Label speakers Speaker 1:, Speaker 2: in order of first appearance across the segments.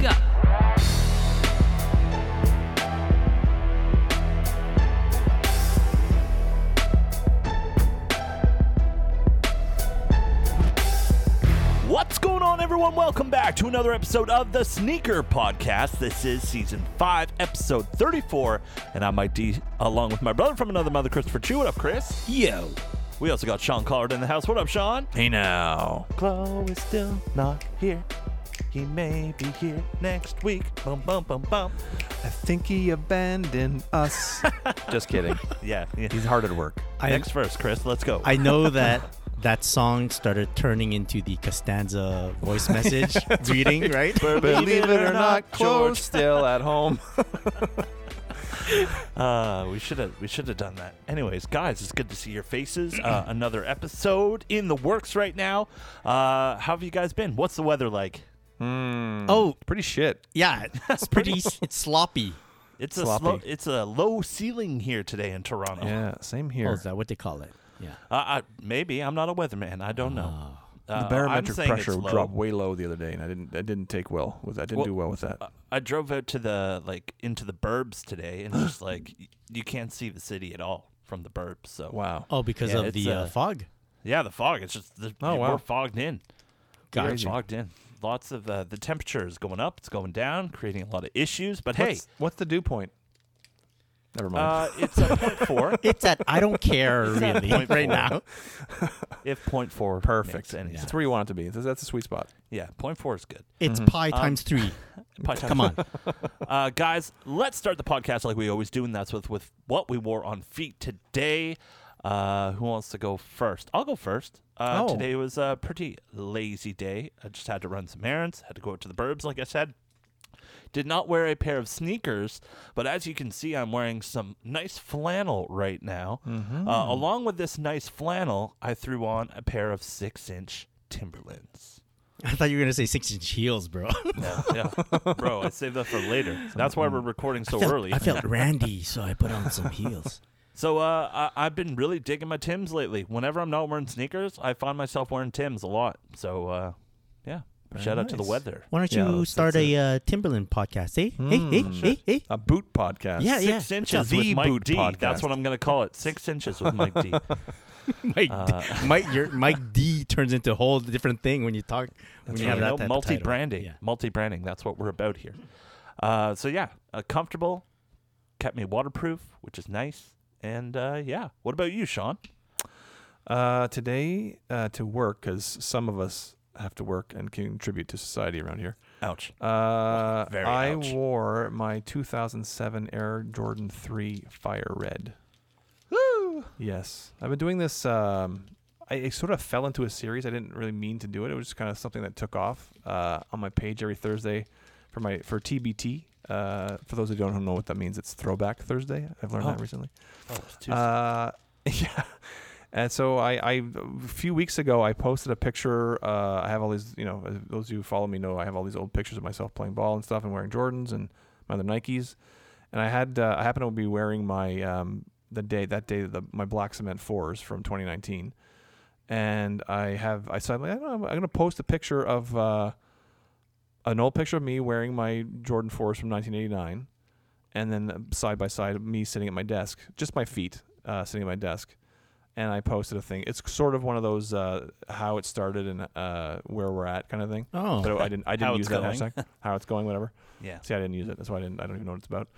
Speaker 1: go.
Speaker 2: What's going on, everyone? Welcome back to another episode of the Sneaker Podcast. This is season five, episode 34, and I'm Mike D, along with my brother from another mother, Christopher Chu. What up, Chris?
Speaker 3: Yo.
Speaker 2: We also got Sean Collard in the house. What up, Sean? Hey now. Chloe is still not here. He may be here next week. Bum bum bum bum.
Speaker 4: I think he abandoned us. Just kidding.
Speaker 2: Yeah. yeah.
Speaker 4: He's hard at work.
Speaker 3: I,
Speaker 2: next verse, Chris. Let's go.
Speaker 3: I know that that song started turning into the Costanza voice message reading, right?
Speaker 4: Believe it or not,
Speaker 2: George.
Speaker 4: Chloe's still at home.
Speaker 2: Uh, we should have we should have done that. Anyways, guys, it's good to see your faces. Uh, another episode in the works right now. Uh, how have you guys been? What's the weather like?
Speaker 3: Oh,
Speaker 4: Pretty shit.
Speaker 3: yeah. It's pretty s- it's sloppy.
Speaker 2: It's
Speaker 4: Sloppy.
Speaker 2: a slow, it's a low ceiling here today in Toronto.
Speaker 4: Yeah, same
Speaker 3: Oh,
Speaker 4: here.
Speaker 3: is that what they call it? Yeah.
Speaker 2: Uh, I, maybe I'm not a weatherman. I don't know. Uh,
Speaker 4: the
Speaker 2: I'm
Speaker 4: barometric
Speaker 2: saying
Speaker 4: pressure
Speaker 2: it's low.
Speaker 4: dropped way low the other day, and I didn't. I didn't take well with. I didn't
Speaker 2: Well,
Speaker 4: do well with that.
Speaker 2: Uh, I drove out to the like into the burbs today, and just like y- you can't see the city at all from the burbs. So
Speaker 4: wow.
Speaker 3: Oh, because
Speaker 2: Yeah,
Speaker 3: of
Speaker 2: it's,
Speaker 3: the uh,
Speaker 2: uh,
Speaker 3: fog.
Speaker 2: yeah, the fog. It's just the,
Speaker 4: Oh,
Speaker 2: we're
Speaker 4: wow.
Speaker 2: fogged in. We're
Speaker 3: Gotcha.
Speaker 2: Logged in. Lots of uh, the temperature is going up. It's going down, creating a lot of issues. But hey,
Speaker 4: what's, what's the dew point? Never mind.
Speaker 2: uh, it's a point four.
Speaker 3: It's at I don't care
Speaker 2: It's at
Speaker 3: really
Speaker 2: point
Speaker 3: right
Speaker 2: four.
Speaker 3: now.
Speaker 2: If point four,
Speaker 4: Perfect.
Speaker 2: makes any sense.
Speaker 4: That's where you want it to be. That's, that's a sweet spot.
Speaker 2: Yeah, point four is good.
Speaker 3: It's pi times 3.
Speaker 2: Pie time.
Speaker 3: Come on.
Speaker 2: uh, guys. Let's start the podcast like we always do, and that's with with what we wore on feet today. Uh, who wants to go first? I'll go first. Uh,
Speaker 4: Oh.
Speaker 2: Today was a pretty lazy day. I just had to run some errands. Had to go out to the burbs, like I said. Did not wear a pair of sneakers, but as you can see, I'm wearing some nice flannel right now. Uh, along with this nice flannel, I threw on a pair of six inch Timberlands.
Speaker 3: I thought you were going to say 6 inch heels, bro.
Speaker 2: Yeah, yeah. bro, I saved that for later. That's why we're recording so early.
Speaker 3: I felt randy, so I put on some heels.
Speaker 2: So uh, I, I've been really digging my Tims lately. Whenever I'm not wearing sneakers, I find myself wearing Tims a lot. So uh, yeah, shout out to the
Speaker 4: nice.
Speaker 2: weather.
Speaker 3: Why don't
Speaker 4: Yeah,
Speaker 3: you
Speaker 4: that's-
Speaker 3: start
Speaker 4: that's
Speaker 3: a uh, Timberland podcast, eh? Hey, hey, hey, hey.
Speaker 4: A boot podcast.
Speaker 3: Yeah, yeah.
Speaker 2: Six inches
Speaker 4: The
Speaker 2: with Mike
Speaker 4: boot
Speaker 2: D.
Speaker 4: podcast.
Speaker 2: That's what I'm gonna call it. Six inches with Mike D.
Speaker 3: Mike,
Speaker 4: Uh,
Speaker 3: D, Mike, your Mike D turns into a whole different thing when you talk. When you have
Speaker 2: You
Speaker 3: that
Speaker 2: know,
Speaker 3: type of title.
Speaker 2: multi-branding,
Speaker 3: Yeah.
Speaker 2: multi-branding. That's what we're about here. Uh, so yeah, uh, comfortable, kept me waterproof, which is nice. And uh, yeah, what about you, Sean?
Speaker 4: Uh, today uh, to work because some of us have to work and contribute to society around here.
Speaker 2: Ouch.
Speaker 4: Uh,
Speaker 2: Very
Speaker 4: I
Speaker 2: ouch.
Speaker 4: wore my 2007 Air Jordan 3 Fire Red. Woo! Yes, I've been doing this. Um, I it sort of fell into a series. I didn't really mean to do it. It was just kind of something that took off uh, on my page every Thursday for my for TBT. Uh, for those who don't know what that means, it's Throwback Thursday. I've learned
Speaker 2: Oh.
Speaker 4: that recently.
Speaker 2: Oh, it's too
Speaker 4: Uh, yeah. And so I, I, a few weeks ago, I posted a picture. Uh, I have all these, you know, those who follow me know I have all these old pictures of myself playing ball and stuff, and wearing Jordans and my other Nikes. And I had, uh, I happened to be wearing my um, the day that day the my black cement fours from 2019. And I have, I said, I'm, like, I don't know, I'm gonna post a picture of uh, an old picture of me wearing my Jordan fours from 1989 and then uh, side by side me sitting at my desk, just my feet uh, sitting at my desk, and I posted a thing. It's sort of one of those uh, how it started and uh, where we're at kind of thing.
Speaker 3: Oh,
Speaker 4: But I didn't. I
Speaker 2: How
Speaker 4: didn't
Speaker 2: it's
Speaker 4: use that
Speaker 2: going.
Speaker 4: hashtag. How it's going, whatever.
Speaker 2: yeah.
Speaker 4: See, I didn't use it. That's why I didn't. I don't even know what it's about.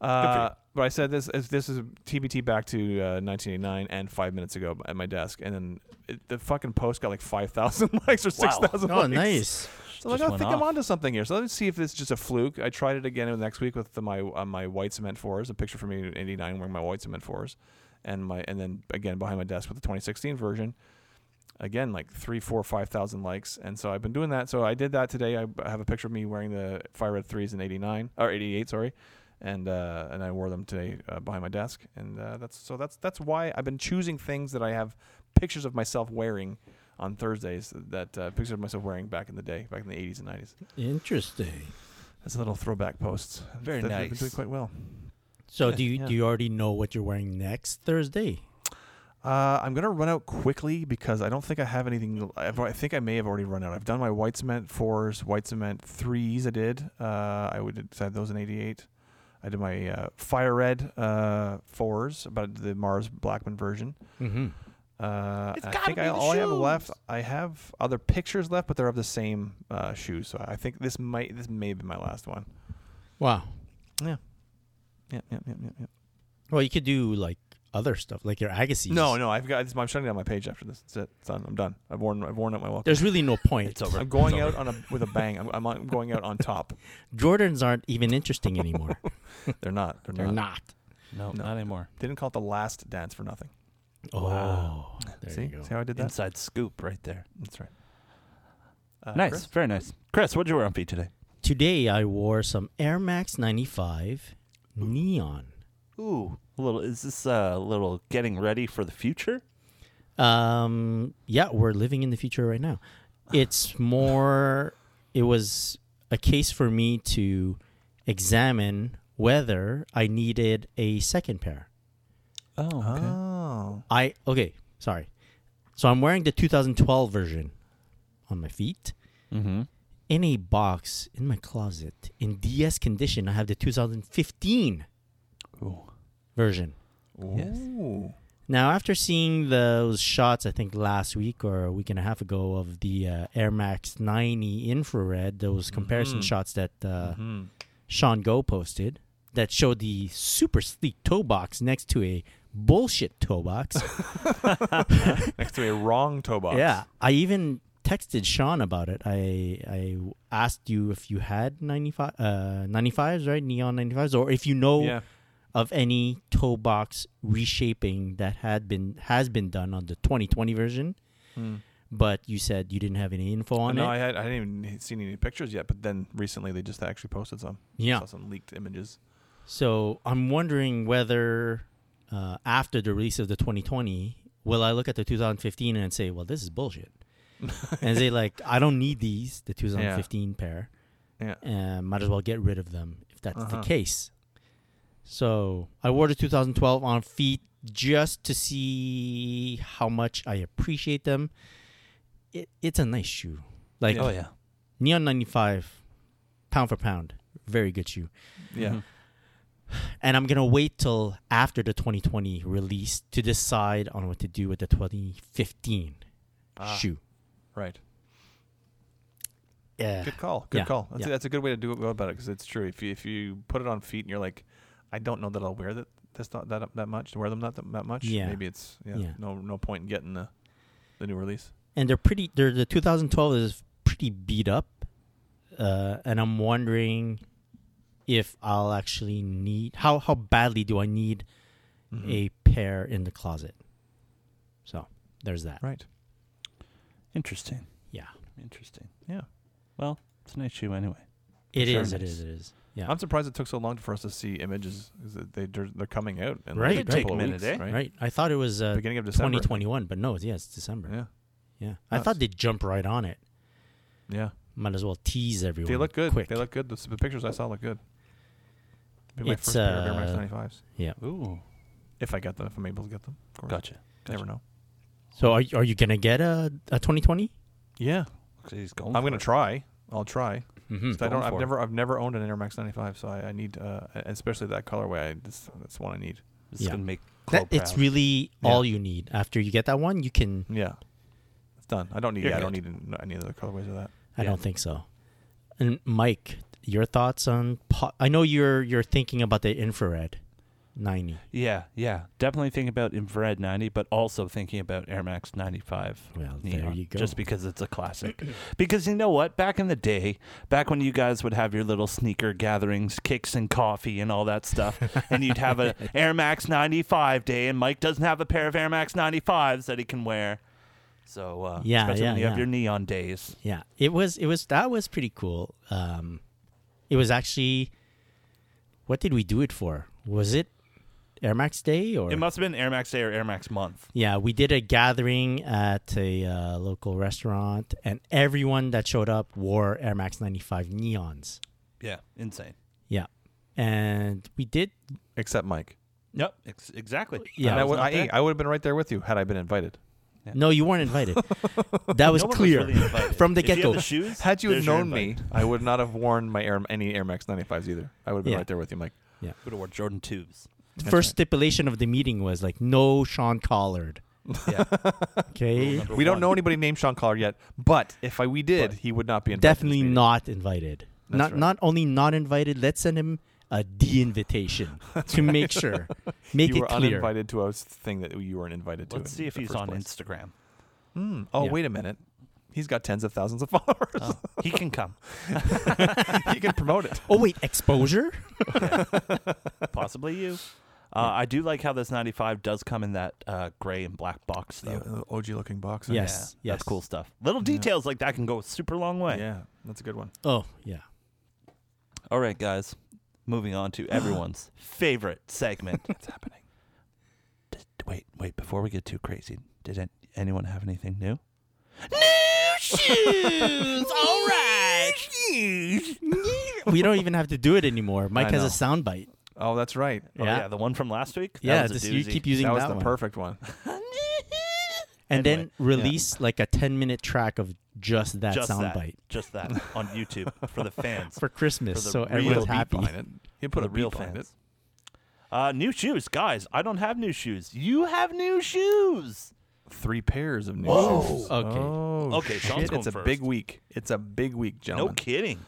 Speaker 4: Uh, but I said this. Is, this is TBT back to uh, 1989 and five minutes ago at my desk, and then it, the fucking post got like 5,000 likes or 6,000.
Speaker 3: oh,
Speaker 4: likes.
Speaker 3: nice.
Speaker 4: So I'm
Speaker 2: Just
Speaker 4: like, "Oh, I
Speaker 2: went
Speaker 4: think I'm
Speaker 2: off.
Speaker 4: onto something here. So let's see if this is just a fluke. I tried it again next week with the, my uh, my white cement fours, a picture from me in '89 wearing my white cement fours, and my and then again behind my desk with the 2016 version. Again, like three, four, five thousand likes, and so I've been doing that. So I did that today. I I have a picture of me wearing the Fire Red threes in '89 or '88, sorry, and uh, and I wore them today uh, behind my desk, and uh, that's so that's that's why I've been choosing things that I have pictures of myself wearing on Thursdays that uh, pictures of myself wearing back in the day, back in the 80s and 90s.
Speaker 3: Interesting.
Speaker 4: As little throwback posts.
Speaker 2: Very
Speaker 4: They've- They've been
Speaker 2: nice.
Speaker 4: doing quite well.
Speaker 3: So
Speaker 2: Yeah,
Speaker 3: do you
Speaker 4: yeah.
Speaker 3: do you already know what you're wearing next Thursday?
Speaker 4: Uh, I'm gonna run out quickly because I don't think I have anything. I've, I think I may have already run out. I've done my white cement fours, white cement threes. I did. Uh, I would decide those in '88. I did my uh, fire red uh, fours, but the Mars Blackman version.
Speaker 3: Mm-hmm.
Speaker 4: Uh,
Speaker 2: It's
Speaker 4: and I
Speaker 2: gotta
Speaker 4: think
Speaker 2: be
Speaker 4: I,
Speaker 2: the
Speaker 4: all I have left.
Speaker 2: shoes.
Speaker 4: I have other pictures left, but they're of the same uh, shoes. So I think this might this may be my last one.
Speaker 3: Wow.
Speaker 4: Yeah, yeah, yeah, yeah. yeah.
Speaker 3: Well, you could do like other stuff, like your Agassiz.
Speaker 4: No, no, I've got. This, I'm shutting down my page after this. That's it. It's done. I'm done. I've worn. I've worn out my welcome.
Speaker 3: There's really no point.
Speaker 2: It's over.
Speaker 4: I'm going
Speaker 2: It's
Speaker 4: out
Speaker 2: over.
Speaker 4: on a with a bang. I'm, I'm, I'm going out on top.
Speaker 3: Jordans aren't even interesting anymore.
Speaker 4: They're not. They're,
Speaker 3: They're
Speaker 4: not.
Speaker 2: No,
Speaker 3: not.
Speaker 4: No.
Speaker 2: not anymore.
Speaker 4: They didn't call it the last dance for nothing.
Speaker 2: Wow.
Speaker 3: Oh, there
Speaker 4: See?
Speaker 3: you go.
Speaker 4: See how I did that?
Speaker 2: Inside scoop right there.
Speaker 4: That's right. Uh,
Speaker 2: nice.
Speaker 4: Chris?
Speaker 2: Very nice. Chris, what'd you wear on feet today?
Speaker 3: Today I wore some Air Max 95 neon.
Speaker 2: Ooh, a little. Is this uh, a little getting ready for the future?
Speaker 3: Um, yeah, we're living in the future right now. It's more, it was a case for me to examine whether I needed a second pair.
Speaker 2: Oh,
Speaker 4: Oh.
Speaker 3: I, okay, sorry. So I'm wearing the 2012 version on my feet.
Speaker 2: Mm-hmm.
Speaker 3: In a box in my closet in DS condition, I have the 2015
Speaker 2: Ooh.
Speaker 3: version.
Speaker 2: Yes.
Speaker 4: Ooh.
Speaker 3: Now, after seeing those shots, I think last week or a week and a half ago of the uh, Air Max 90 infrared, those comparison
Speaker 4: Mhm.
Speaker 3: shots that uh,
Speaker 4: Mhm.
Speaker 3: Sean Go posted that showed the super sleek toe box next to a bullshit toe box.
Speaker 4: Next to a wrong toe box.
Speaker 3: yeah, I even texted Sean about it. I I asked you if you had 95 uh 95s, right? Neon 95s or if you know
Speaker 4: Yeah.
Speaker 3: of any toe box reshaping that had been has been done on the 2020 version,
Speaker 4: Mm.
Speaker 3: but you said you didn't have any info on
Speaker 4: no, I
Speaker 3: it.
Speaker 4: had. I didn't even seen any pictures yet. But then recently, they just actually posted some.
Speaker 3: yeah.
Speaker 4: Saw some leaked images.
Speaker 3: So I'm wondering whether uh, after the release of the 2020, will I look at the 2015 and say, "Well, this is bullshit," and say like, "I don't need these, the 2015 pair,
Speaker 4: Yeah.
Speaker 3: and might as well get rid of them if that's
Speaker 4: Uh-huh.
Speaker 3: the case." So I wore the 2012 on feet just to see how much I appreciate them. It, it's a nice shoe, like
Speaker 2: Oh yeah.
Speaker 3: Neon 95, pound for pound, very good shoe
Speaker 4: Yeah.
Speaker 3: Mm-hmm.
Speaker 2: Mhm.
Speaker 3: and I'm gonna wait till after the 2020 release to decide on what to do with the 2015
Speaker 4: Ah,
Speaker 3: shoe.
Speaker 4: Right.
Speaker 3: Yeah,
Speaker 4: Good call. Good
Speaker 3: Yeah.
Speaker 4: call. That's,
Speaker 3: Yeah.
Speaker 4: a, that's a good way to do it, go about it because it's true. If you if you put it on feet and you're like, I don't know that I'll wear that that's not that that much. Wear them not that, that much.
Speaker 3: Yeah.
Speaker 4: Maybe it's yeah,
Speaker 3: Yeah.
Speaker 4: No no point in getting the the new release.
Speaker 3: and they're pretty. They're the 2012 is pretty beat up, uh, and I'm wondering if I'll actually need how how badly do I need
Speaker 4: Mm-hmm.
Speaker 3: a pair in the closet? So there's that.
Speaker 4: right.
Speaker 2: Interesting.
Speaker 3: Yeah,
Speaker 2: Interesting.
Speaker 4: Yeah.
Speaker 2: Well, it's an issue anyway.
Speaker 3: it is.
Speaker 2: Sure.
Speaker 3: It is. It is. Yeah.
Speaker 4: I'm surprised it took so long for us to see images. 'cause it- they they're, they're coming out. In
Speaker 3: Right.
Speaker 4: Like
Speaker 3: It'd
Speaker 4: a
Speaker 3: take
Speaker 4: couple
Speaker 2: a
Speaker 4: of
Speaker 2: minute,
Speaker 4: weeks,
Speaker 2: eh?
Speaker 4: Right.
Speaker 3: right. I thought it was uh,
Speaker 4: Beginning of December. I think.
Speaker 3: 2021, but no, it's yeah, it's December.
Speaker 4: Yeah.
Speaker 3: Yeah. I
Speaker 4: Nuts.
Speaker 3: thought they'd jump right on it.
Speaker 4: Yeah.
Speaker 3: Might as well tease everyone.
Speaker 4: They look good.
Speaker 3: Quick.
Speaker 4: They look good. The, s- the pictures I saw look good. Be my
Speaker 3: It's,
Speaker 4: first pair of Air Max
Speaker 3: uh,
Speaker 4: 95s.
Speaker 2: Ooh.
Speaker 4: If I get them, if I'm able to get them. Of course.
Speaker 2: Gotcha.
Speaker 4: Never know.
Speaker 3: So are, you- are you gonna get a a 2020?
Speaker 4: Yeah.
Speaker 2: Looks like he's going.
Speaker 4: I'm
Speaker 2: for
Speaker 4: gonna
Speaker 2: it.
Speaker 4: try. I'll try.
Speaker 3: Mm-hmm.
Speaker 4: So I
Speaker 2: Going
Speaker 4: don't.
Speaker 2: for
Speaker 4: I've
Speaker 2: it.
Speaker 4: never. I've never owned an Air Max 95, so I, I need, uh, especially that colorway. I, this, that's one I need.
Speaker 2: This is
Speaker 3: Yeah.
Speaker 2: gonna make. Chloe
Speaker 3: That, it's
Speaker 2: proud.
Speaker 3: really
Speaker 4: Yeah.
Speaker 3: all you need. After you get that one, you can.
Speaker 4: Yeah, it's done. I don't need.
Speaker 2: You're
Speaker 4: Yeah, I don't
Speaker 2: good.
Speaker 4: need an- any other colorways of that.
Speaker 3: I
Speaker 2: Yeah.
Speaker 3: don't think so. And Mike, your thoughts on? Po- I know you're you're thinking about the infrared, E. ninety.
Speaker 2: Yeah, yeah. Definitely thinking about infrared 90, but also thinking about Air Max 95.
Speaker 3: Well, there
Speaker 2: neon,
Speaker 3: you go.
Speaker 2: Just because it's a classic. because you know what? Back in the day, back when you guys would have your little sneaker gatherings, kicks and coffee and all that stuff, and you'd have a Air Max 95 day, and Mike doesn't have a pair of Air Max 95s that he can wear. So, uh,
Speaker 3: Yeah,
Speaker 2: especially
Speaker 3: yeah,
Speaker 2: when you
Speaker 3: yeah.
Speaker 2: have your neon days.
Speaker 3: Yeah, it was it was that was pretty cool. Um, it was actually. What did we do it for? Was it Air Max Day or?
Speaker 2: It must have been Air Max Day or Air Max Month.
Speaker 3: Yeah, we did a gathering at a uh, local restaurant, and everyone that showed up wore Air Max 95 neons.
Speaker 2: Yeah, insane.
Speaker 3: Yeah. And we did.
Speaker 4: Except Mike.
Speaker 2: Yep, ex- exactly.
Speaker 3: Yeah.
Speaker 4: And
Speaker 3: I
Speaker 4: I
Speaker 3: was
Speaker 4: would,
Speaker 2: not
Speaker 4: I, hey,
Speaker 2: there.
Speaker 4: I would have been right there with you had I been invited.
Speaker 3: No, you weren't invited. That was
Speaker 2: No one
Speaker 3: clear
Speaker 2: really invited.
Speaker 3: from the
Speaker 2: If you
Speaker 3: get
Speaker 2: had
Speaker 3: go.
Speaker 2: the shoes,
Speaker 4: Had you
Speaker 2: there's your
Speaker 4: known me,
Speaker 2: invite.
Speaker 4: I would not have worn my Air, any Air Max 95s either. I would have been
Speaker 3: Yeah.
Speaker 4: right there with you, Mike.
Speaker 2: would have worn Jordan twos.
Speaker 3: The first stipulation of the meeting was like, no Sean Collard.
Speaker 2: Yeah,
Speaker 3: Okay.
Speaker 2: number
Speaker 4: We don't
Speaker 2: one.
Speaker 4: know anybody named Sean Collar yet, but if I, we did, he would not be invited. to this
Speaker 3: Definitely
Speaker 4: meeting.
Speaker 3: not invited.
Speaker 4: That's
Speaker 3: not
Speaker 4: right.
Speaker 3: not only not invited, let's send him a de invitation to make sure. Make
Speaker 4: you
Speaker 3: it
Speaker 4: were
Speaker 3: clear.
Speaker 4: uninvited to a s- thing that you weren't invited to.
Speaker 2: Let's
Speaker 4: in
Speaker 2: see if
Speaker 4: the
Speaker 2: he's
Speaker 4: first
Speaker 2: on
Speaker 4: place.
Speaker 2: Instagram.
Speaker 4: Hmm. Oh,
Speaker 3: Yeah.
Speaker 4: wait a minute. He's got tens of thousands of followers.
Speaker 2: Oh, he can come,
Speaker 4: he can promote it.
Speaker 3: Oh wait, exposure?
Speaker 2: possibly you. Uh, I do like how this 95 does come in that uh, gray and black box though.
Speaker 4: OG looking box.
Speaker 3: Yeah. Yes,
Speaker 2: that's
Speaker 3: yes.
Speaker 2: cool stuff. Little details like that can go a super long way.
Speaker 4: Yeah, that's a good one.
Speaker 3: Oh yeah.
Speaker 2: All right, guys. Moving on to everyone's favorite segment. What's happening? Did, wait, wait. Before we get too crazy, did an- anyone have anything new? New shoes. All right. Shoes.
Speaker 3: We don't even have to do it anymore. Mike
Speaker 4: I
Speaker 3: has a
Speaker 4: know.
Speaker 3: soundbite.
Speaker 4: Oh, that's right.
Speaker 2: Oh,
Speaker 3: Yeah.
Speaker 2: yeah, the one from last week. That
Speaker 3: yeah,
Speaker 2: was a
Speaker 3: just, you
Speaker 2: doozy.
Speaker 3: keep using
Speaker 4: That
Speaker 3: that,
Speaker 4: was the
Speaker 3: one.
Speaker 4: perfect one.
Speaker 3: and
Speaker 2: Anyway,
Speaker 3: then release like a 10 minute track of just that
Speaker 2: just that,
Speaker 3: soundbite
Speaker 2: just that on YouTube for the fans.
Speaker 3: for Christmas
Speaker 2: For the
Speaker 3: so
Speaker 2: real
Speaker 3: everyone's
Speaker 4: beat
Speaker 3: happy.
Speaker 4: behind it. He put
Speaker 2: the
Speaker 4: a
Speaker 2: real
Speaker 4: real behind it.
Speaker 2: fans. Uh, new shoes, guys. I don't have new shoes. You have new shoes.
Speaker 4: Three pairs of new
Speaker 2: Whoa.
Speaker 4: shoes.
Speaker 3: Okay.
Speaker 4: Oh,
Speaker 2: Okay, Sean's
Speaker 4: shit.
Speaker 2: going
Speaker 4: It's a
Speaker 2: first.
Speaker 4: big week. It's a big week,
Speaker 2: No
Speaker 4: gentlemen.
Speaker 2: kidding.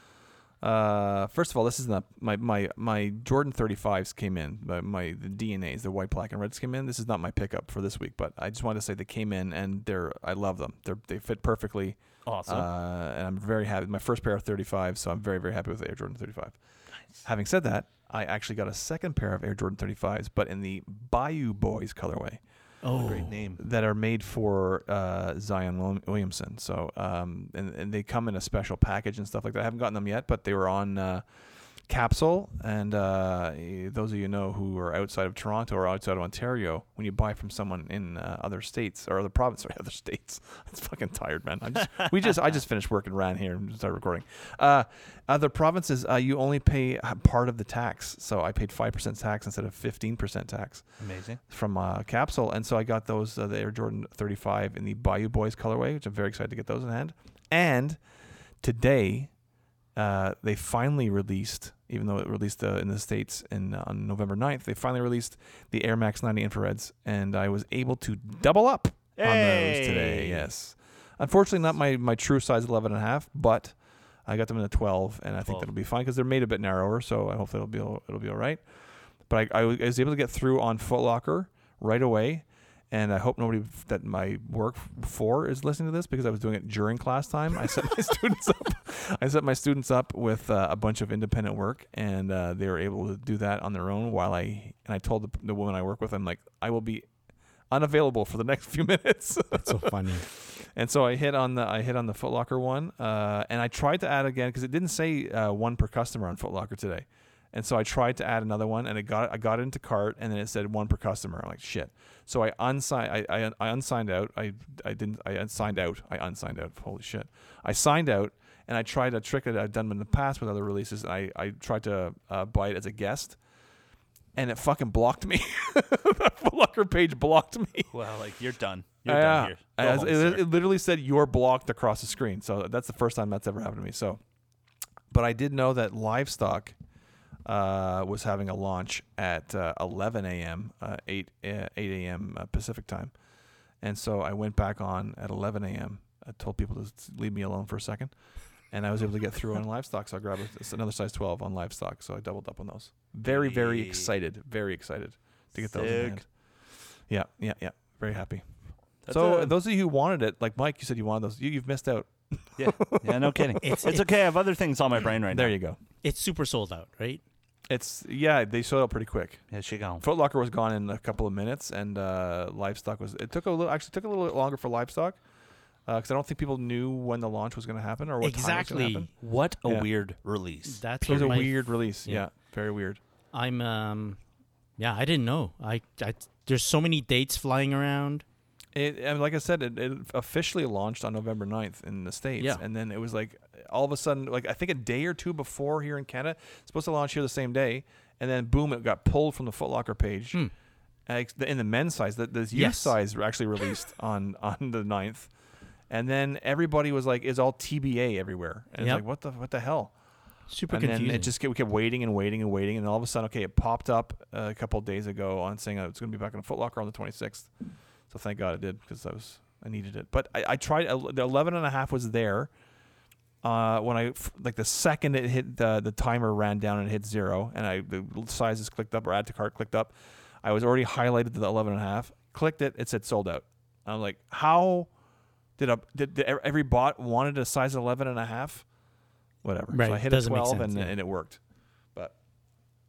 Speaker 4: Uh, first of all, this is not my my my Jordan 35s came in. My, my the DNAs, the white, black, and reds came in. This is not my pickup for this week, but I just wanted to say they came in and they're I love them. They are they fit perfectly.
Speaker 2: Awesome.
Speaker 4: Uh, and I'm very happy. My first pair of 35, so I'm very very happy with the Air Jordan 35. Having said that, I actually got a second pair of Air Jordan 35s, but in the Bayou Boys colorway
Speaker 3: Oh,
Speaker 2: Great name.
Speaker 4: that are made for uh, Zion Wil- Williamson. So um, and, and they come in a special package and stuff like that. I haven't gotten them yet, but they were on uh, Capsule. And uh, eh, those of you know who are outside of Toronto or outside of Ontario, when you buy from someone in uh, other states or other provinces or other states, it's fucking tired, man. I'm just, we just I just finished working around here and started recording. Uh, other provinces, uh, you only pay uh, part of the tax. So I paid five percent tax instead of fifteen percent tax
Speaker 2: Amazing.
Speaker 4: from uh, Capsule, and so I got those uh, the Air Jordan 35 in the Bayou Boys colorway, which I'm very excited to get those in hand. And today, uh, they finally released, even though it released uh, in the states in on November 9th, they finally released the Air Max 90 infrareds, and I was able to double up on those today.
Speaker 2: Hey!
Speaker 4: Yes, unfortunately, not my my true size 11 and a half, but I got them in a 12, and I think
Speaker 2: 12.
Speaker 4: that'll be fine because they're made a bit narrower, so I hope it'll be it'll be all right but I, I was able to get through on Foot Locker right away. And I hope nobody f- that my work f- for is listening to this because I was doing it during class time. I set my students up. I set my students up with uh, a bunch of independent work, and uh, they were able to do that on their own. While I and I told the, the woman I work with, I'm like, I will be unavailable for the next few minutes.
Speaker 3: that's so funny.
Speaker 4: And so I hit on the I hit on the Foot Locker one, uh, and I tried to add again because it didn't say uh, one per customer on Foot Locker today, and so I tried to add another one, and it got I got it into cart, and then it said one per customer. I'm like shit. So I unsigned I, I, I unsigned out. I I didn't I unsigned out. I unsigned out. Holy shit! I signed out, and I tried a trick that I've done in the past with other releases. And I I tried to uh, buy it as a guest, and it fucking blocked me. that Foot Locker page blocked me.
Speaker 2: Well, like you're done. You're
Speaker 4: Yeah.
Speaker 2: done here. Go
Speaker 4: As-
Speaker 2: home,
Speaker 4: it,
Speaker 2: sir.
Speaker 4: it literally said you're blocked across the screen. So that's the first time that's ever happened to me. So, but I did know that livestock uh, was having a launch at uh, 11 a.m., uh, 8 uh, 8 a.m. Uh, Pacific time, and so I went back on at 11 a.m. I told people to s- leave me alone for a second, and I was able to get through on livestock. So I grabbed a- another size 12 on livestock. So I doubled up on those. Very very
Speaker 2: Sweet.
Speaker 4: excited. Very excited to get those. In
Speaker 2: Sick.
Speaker 4: hand. Yeah yeah yeah. Very happy
Speaker 2: That's
Speaker 4: so
Speaker 2: a-
Speaker 4: those of you who wanted it, like Mike, you said you wanted those. You, you've missed out.
Speaker 2: yeah, yeah, no kidding. It's,
Speaker 3: it's-
Speaker 2: okay. I have other things on my brain right
Speaker 4: There
Speaker 2: now.
Speaker 4: you go.
Speaker 3: It's super sold out, right?
Speaker 4: It's yeah, they sold out pretty quick.
Speaker 2: Yeah, she gone.
Speaker 4: Foot Locker was gone in a couple of minutes, and uh, livestock was. It took a little actually took a little longer for livestock because I don't think people knew when the launch was going to happen or what time it was going
Speaker 3: exactly.
Speaker 4: to
Speaker 2: What a
Speaker 4: Yeah.
Speaker 2: weird release.
Speaker 3: That's
Speaker 4: happen. It was a
Speaker 3: what my-
Speaker 4: weird release.
Speaker 3: yeah.
Speaker 4: Yeah. very weird.
Speaker 3: I'm um, yeah, I didn't know. I, I there's so many dates flying around.
Speaker 4: It, and like I said, it, it officially launched on November 9th in the States.
Speaker 3: Yeah.
Speaker 4: And then it was like all of a sudden, like I think a day or two before here in Canada, it's supposed to launch here the same day. And then boom, it got pulled from the Foot Locker page. And it's- In the men's size, the, the youth
Speaker 3: Hmm. Yes.
Speaker 4: size were actually released on, on the 9th. And then everybody was like, it's all TBA everywhere. And
Speaker 3: Yep.
Speaker 4: it's like, what the, what the hell?
Speaker 3: Super
Speaker 4: and
Speaker 3: confusing.
Speaker 4: then it just kept, we kept waiting and waiting and waiting, and all of a sudden, okay, it popped up uh, a couple of days ago on saying uh, it's going to be back on Foot Locker on the 26th. So thank God it did because I was I needed it. But I, I tried el- the 11 and a half was there. Uh, when I f- like the second it hit the the timer ran down and hit zero, and I the sizes clicked up or add to cart clicked up, I was already highlighted to the 11 and a half. Clicked it, it said sold out. I'm like, how did a did, did ev- every bot wanted a size 11 and a half? Whatever.
Speaker 3: Right,
Speaker 4: So I hit a
Speaker 3: doesn't make
Speaker 4: 12
Speaker 3: sense,
Speaker 4: and,
Speaker 3: yeah.
Speaker 4: and it worked. But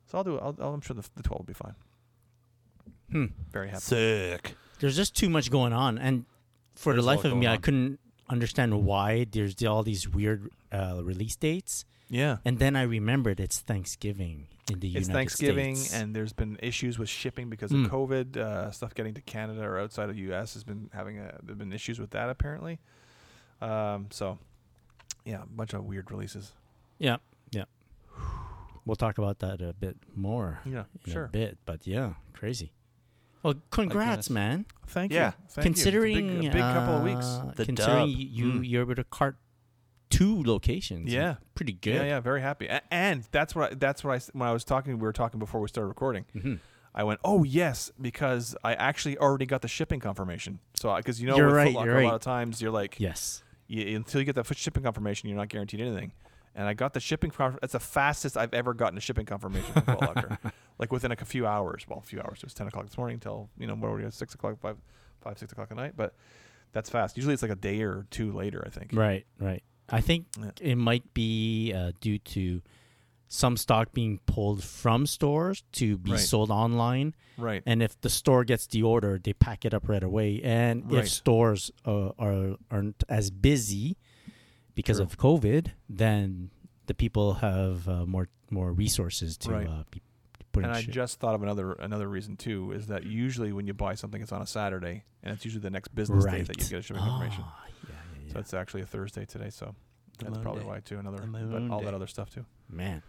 Speaker 4: so I'll do. I'll, I'll, I'm sure the, the 12 will be fine.
Speaker 3: Hmm.
Speaker 4: Very happy.
Speaker 2: Sick.
Speaker 3: there's just too much going on, and for
Speaker 4: There's
Speaker 3: the
Speaker 4: a
Speaker 3: life
Speaker 4: lot
Speaker 3: of me,
Speaker 4: going
Speaker 3: I
Speaker 4: on.
Speaker 3: couldn't understand why there's the- all these weird uh, release dates.
Speaker 4: Yeah.
Speaker 3: And then I remembered it's Thanksgiving in the
Speaker 4: it's
Speaker 3: United
Speaker 4: Thanksgiving,
Speaker 3: States.
Speaker 4: and there's been issues with shipping because
Speaker 3: Mm.
Speaker 4: of COVID. Uh, stuff getting to Canada or outside of U.S. has been having a, there've been issues with that apparently. Um, so, yeah, a bunch of weird releases.
Speaker 3: yeah, yeah. We'll talk about that a bit more
Speaker 4: Yeah,
Speaker 3: in a
Speaker 4: sure.
Speaker 3: bit, but yeah, crazy. Well, congrats,
Speaker 4: uh,
Speaker 3: man.
Speaker 4: Thank
Speaker 2: Yeah.
Speaker 4: you. Thank
Speaker 3: considering
Speaker 4: you. It's a big, a big couple of weeks.
Speaker 3: uh,
Speaker 2: The
Speaker 3: considering
Speaker 2: dub.
Speaker 3: you you
Speaker 4: Mm.
Speaker 3: you're able to cart two locations.
Speaker 4: Yeah.
Speaker 3: pretty good.
Speaker 4: Yeah, yeah, very happy. A- and that's what I, that's what I s- when I was talking, we were talking before we started recording.
Speaker 3: Mhm.
Speaker 4: I went, oh yes, because I actually already got the shipping confirmation. So because you know,
Speaker 3: You're
Speaker 4: with Foot
Speaker 3: right,
Speaker 4: Locker,
Speaker 3: you're
Speaker 4: a
Speaker 3: right.
Speaker 4: lot of times you're like,
Speaker 3: Yes.
Speaker 4: you, until you get that foot shipping confirmation, you're not guaranteed anything. And I got the shipping. Conf- that's the fastest I've ever gotten a shipping confirmation from Foot Locker, like within a c- few hours. Well, a few hours. It was ten o'clock this morning till you know what were we at six o'clock, five, five, six o'clock at night. But that's fast. Usually it's like a day or two later. I think.
Speaker 3: Right. Right. I think
Speaker 4: Yeah.
Speaker 3: it might be uh, due to some stock being pulled from stores to be
Speaker 4: Right.
Speaker 3: sold online,
Speaker 4: Right.
Speaker 3: and if the store gets the order, they pack it up right away. And
Speaker 4: Right.
Speaker 3: if stores uh, are aren't as busy because
Speaker 4: True.
Speaker 3: of COVID, then the people have uh, more more resources to
Speaker 4: Right.
Speaker 3: uh, be putting.
Speaker 4: and I
Speaker 3: shit.
Speaker 4: just thought of another another reason too is that usually when you buy something, it's on a Saturday, and it's usually the next business day that you
Speaker 3: Right.
Speaker 4: get a shipping confirmation.
Speaker 3: Ah, yeah, yeah,
Speaker 4: So
Speaker 3: yeah.
Speaker 4: it's actually a Thursday today. So
Speaker 2: The
Speaker 4: that's probably
Speaker 2: Monday.
Speaker 4: why too. Another,
Speaker 2: The
Speaker 4: but all
Speaker 2: Monday.
Speaker 4: that other stuff too.
Speaker 3: Man,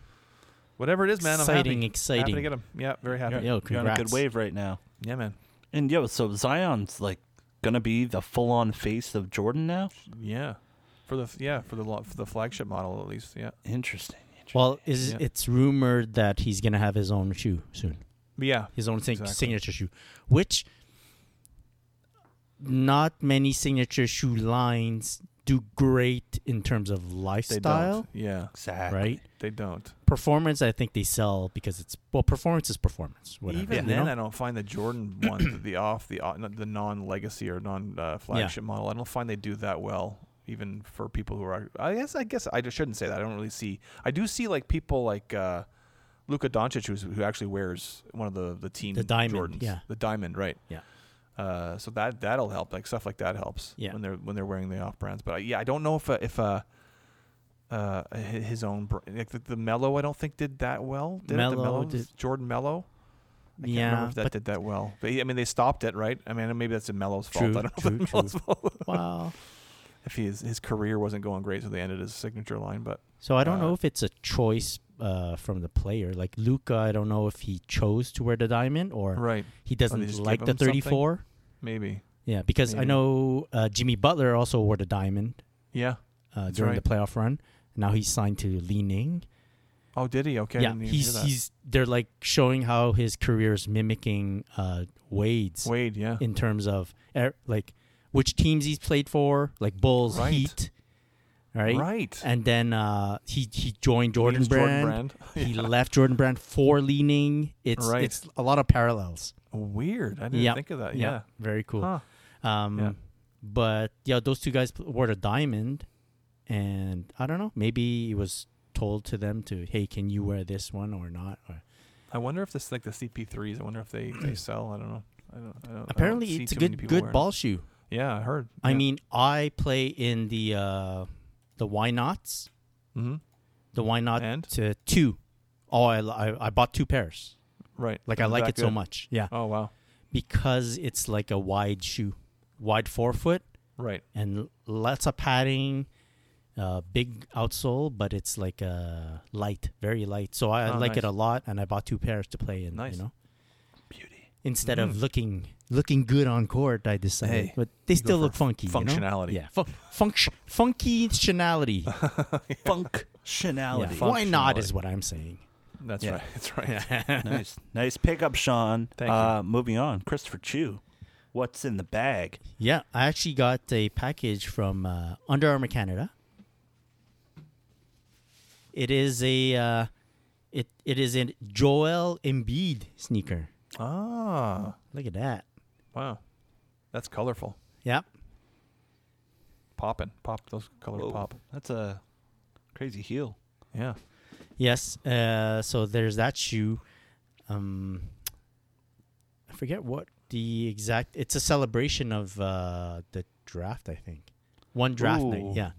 Speaker 4: Whatever it is, man, I'm happy.
Speaker 3: exciting, exciting.
Speaker 4: Happy to get him. Yeah, very happy. Yeah,
Speaker 3: Yo,
Speaker 2: You're on a
Speaker 3: congrats.
Speaker 2: good wave right now.
Speaker 4: man.
Speaker 2: And yo, so Zion's like gonna be the full-on face of Jordan now.
Speaker 4: Yeah, for the yeah for the lo- for the flagship model at least. Yeah,
Speaker 2: Interesting. interesting.
Speaker 3: Well, is
Speaker 4: Yeah.
Speaker 3: it's rumored that he's gonna have his own shoe soon,
Speaker 4: but yeah.
Speaker 3: his own sing-
Speaker 4: Exactly.
Speaker 3: signature shoe, which not many signature shoe lines do great in terms of
Speaker 4: They
Speaker 3: lifestyle,
Speaker 4: don't. Yeah,
Speaker 2: exactly.
Speaker 3: right?
Speaker 4: they don't.
Speaker 3: Performance, I think they sell because it's well, performance is performance. Whatever,
Speaker 4: Even
Speaker 3: you
Speaker 4: then,
Speaker 3: know?
Speaker 4: I don't find the Jordan one, the- the off, the o- not- the non-legacy or non-flagship model. I don't find they do that well, even for people who are. I guess I guess I just shouldn't say that. I don't really see. I do see like people like uh, Luka Doncic, who's, who actually wears one of the the team
Speaker 3: The diamond,
Speaker 4: Jordans,
Speaker 3: yeah.
Speaker 4: the diamond, right?
Speaker 3: Yeah.
Speaker 4: Uh, so that that'll help. Like stuff like that helps.
Speaker 3: Yeah.
Speaker 4: When they're when they're wearing the off brands, but I, yeah, I don't know if uh, if uh, uh, hi- his own br- like the, the Mellow, I don't think did that well. Did it?
Speaker 3: Mellow
Speaker 4: The Mellow
Speaker 3: did-
Speaker 4: Jordan Mellow. I can't
Speaker 3: yeah,
Speaker 4: remember if that
Speaker 3: but
Speaker 4: did that well. But, yeah, I mean, they stopped it, right? I mean, maybe that's Melo's fault.
Speaker 3: True,
Speaker 4: I don't know if
Speaker 3: true,
Speaker 4: that's Melo's fault.
Speaker 3: wow.
Speaker 4: if his his career wasn't going great, so they ended his signature line. But
Speaker 3: So I don't
Speaker 4: Uh,
Speaker 3: know if it's a choice uh, from the player. Like Luca, I don't know if he chose to wear the diamond or
Speaker 4: right, Oh,
Speaker 3: he
Speaker 4: they
Speaker 3: doesn't
Speaker 4: just
Speaker 3: like
Speaker 4: give
Speaker 3: the
Speaker 4: him something?
Speaker 3: 34.
Speaker 4: maybe,
Speaker 3: Yeah, because I
Speaker 4: Maybe.
Speaker 3: know uh, Jimmy Butler also wore the diamond
Speaker 4: yeah.
Speaker 3: uh,
Speaker 4: That's
Speaker 3: during
Speaker 4: right.
Speaker 3: the playoff run. Now he's signed to Li Ning.
Speaker 4: Oh, did he? Okay, I
Speaker 3: yeah,
Speaker 4: didn't even hear
Speaker 3: he's
Speaker 4: that.
Speaker 3: he's they're like showing how his career is mimicking uh, Wade's
Speaker 4: Wade. Yeah,
Speaker 3: in terms of er, like which teams he's played for, like Bulls,
Speaker 4: Right.
Speaker 3: Heat, right?
Speaker 4: right.
Speaker 3: And then uh, he he joined
Speaker 4: He
Speaker 3: Jordan
Speaker 4: is
Speaker 3: Brand. He left Jordan Brand for Li Ning. It's
Speaker 4: Right.
Speaker 3: it's a lot of parallels.
Speaker 4: Weird. I didn't
Speaker 3: Yep,
Speaker 4: think of that.
Speaker 3: Yeah,
Speaker 4: Yeah.
Speaker 3: very cool.
Speaker 4: Huh.
Speaker 3: Um,
Speaker 4: Yeah.
Speaker 3: But yeah, those two guys pl- wore the diamond, and I don't know. Maybe it was told to them to, hey, can you wear this one or not? Or
Speaker 4: I wonder if this like the CP3s. I wonder if they, they sell. I don't know. I don't. I don't I don't
Speaker 3: apparently,
Speaker 4: see
Speaker 3: it's a
Speaker 4: too many
Speaker 3: good
Speaker 4: people
Speaker 3: good
Speaker 4: wearing it.
Speaker 3: ball shoe.
Speaker 4: Yeah, I heard.
Speaker 3: I mean, I play in the uh, the why nots,
Speaker 4: hmm
Speaker 3: the why not
Speaker 4: And?
Speaker 3: to two. Oh, I, li- I I bought two pairs.
Speaker 4: right.
Speaker 3: Like
Speaker 4: Is
Speaker 3: I like
Speaker 4: that
Speaker 3: it so
Speaker 4: good?
Speaker 3: much. Yeah,
Speaker 4: Oh wow.
Speaker 3: because it's like a wide shoe. wide forefoot
Speaker 4: Right.
Speaker 3: and l- lots of padding, uh, big outsole, but it's like uh, light, very light. So I
Speaker 4: Oh,
Speaker 3: like it
Speaker 4: nice.
Speaker 3: a lot, and I bought two pairs to play in.
Speaker 4: Nice. Mm.
Speaker 3: You know,
Speaker 2: Beauty.
Speaker 3: instead of looking looking good on court, I decided,
Speaker 4: Hey,
Speaker 3: but they
Speaker 4: you go
Speaker 3: still
Speaker 4: for
Speaker 3: look funky. you know?
Speaker 4: functionality.
Speaker 3: Yeah, fu- function functionality.
Speaker 2: Functionality.
Speaker 3: Yeah. Why not
Speaker 4: Functionality.
Speaker 3: is what I'm saying.
Speaker 4: That's
Speaker 2: Yeah.
Speaker 4: right. That's right.
Speaker 2: nice, nice pickup, Sean.
Speaker 4: Thank you.
Speaker 2: uh, Moving on, Christopher Chu. What's in the bag?
Speaker 3: Yeah, I actually got a package from uh, Under Armour Canada. It is a uh, it it is a Joel Embiid sneaker.
Speaker 4: Ah.
Speaker 3: Look at that.
Speaker 4: Wow. That's colorful.
Speaker 3: Yep.
Speaker 4: Popping. Pop. Those colors
Speaker 2: Whoa,
Speaker 4: pop.
Speaker 2: That's a crazy heel.
Speaker 4: Yeah.
Speaker 3: Yes. Uh, so there's that shoe. Um, I forget what the exact. It's a celebration of uh, the draft, I think. One draft
Speaker 2: Ooh.
Speaker 3: night. Yeah.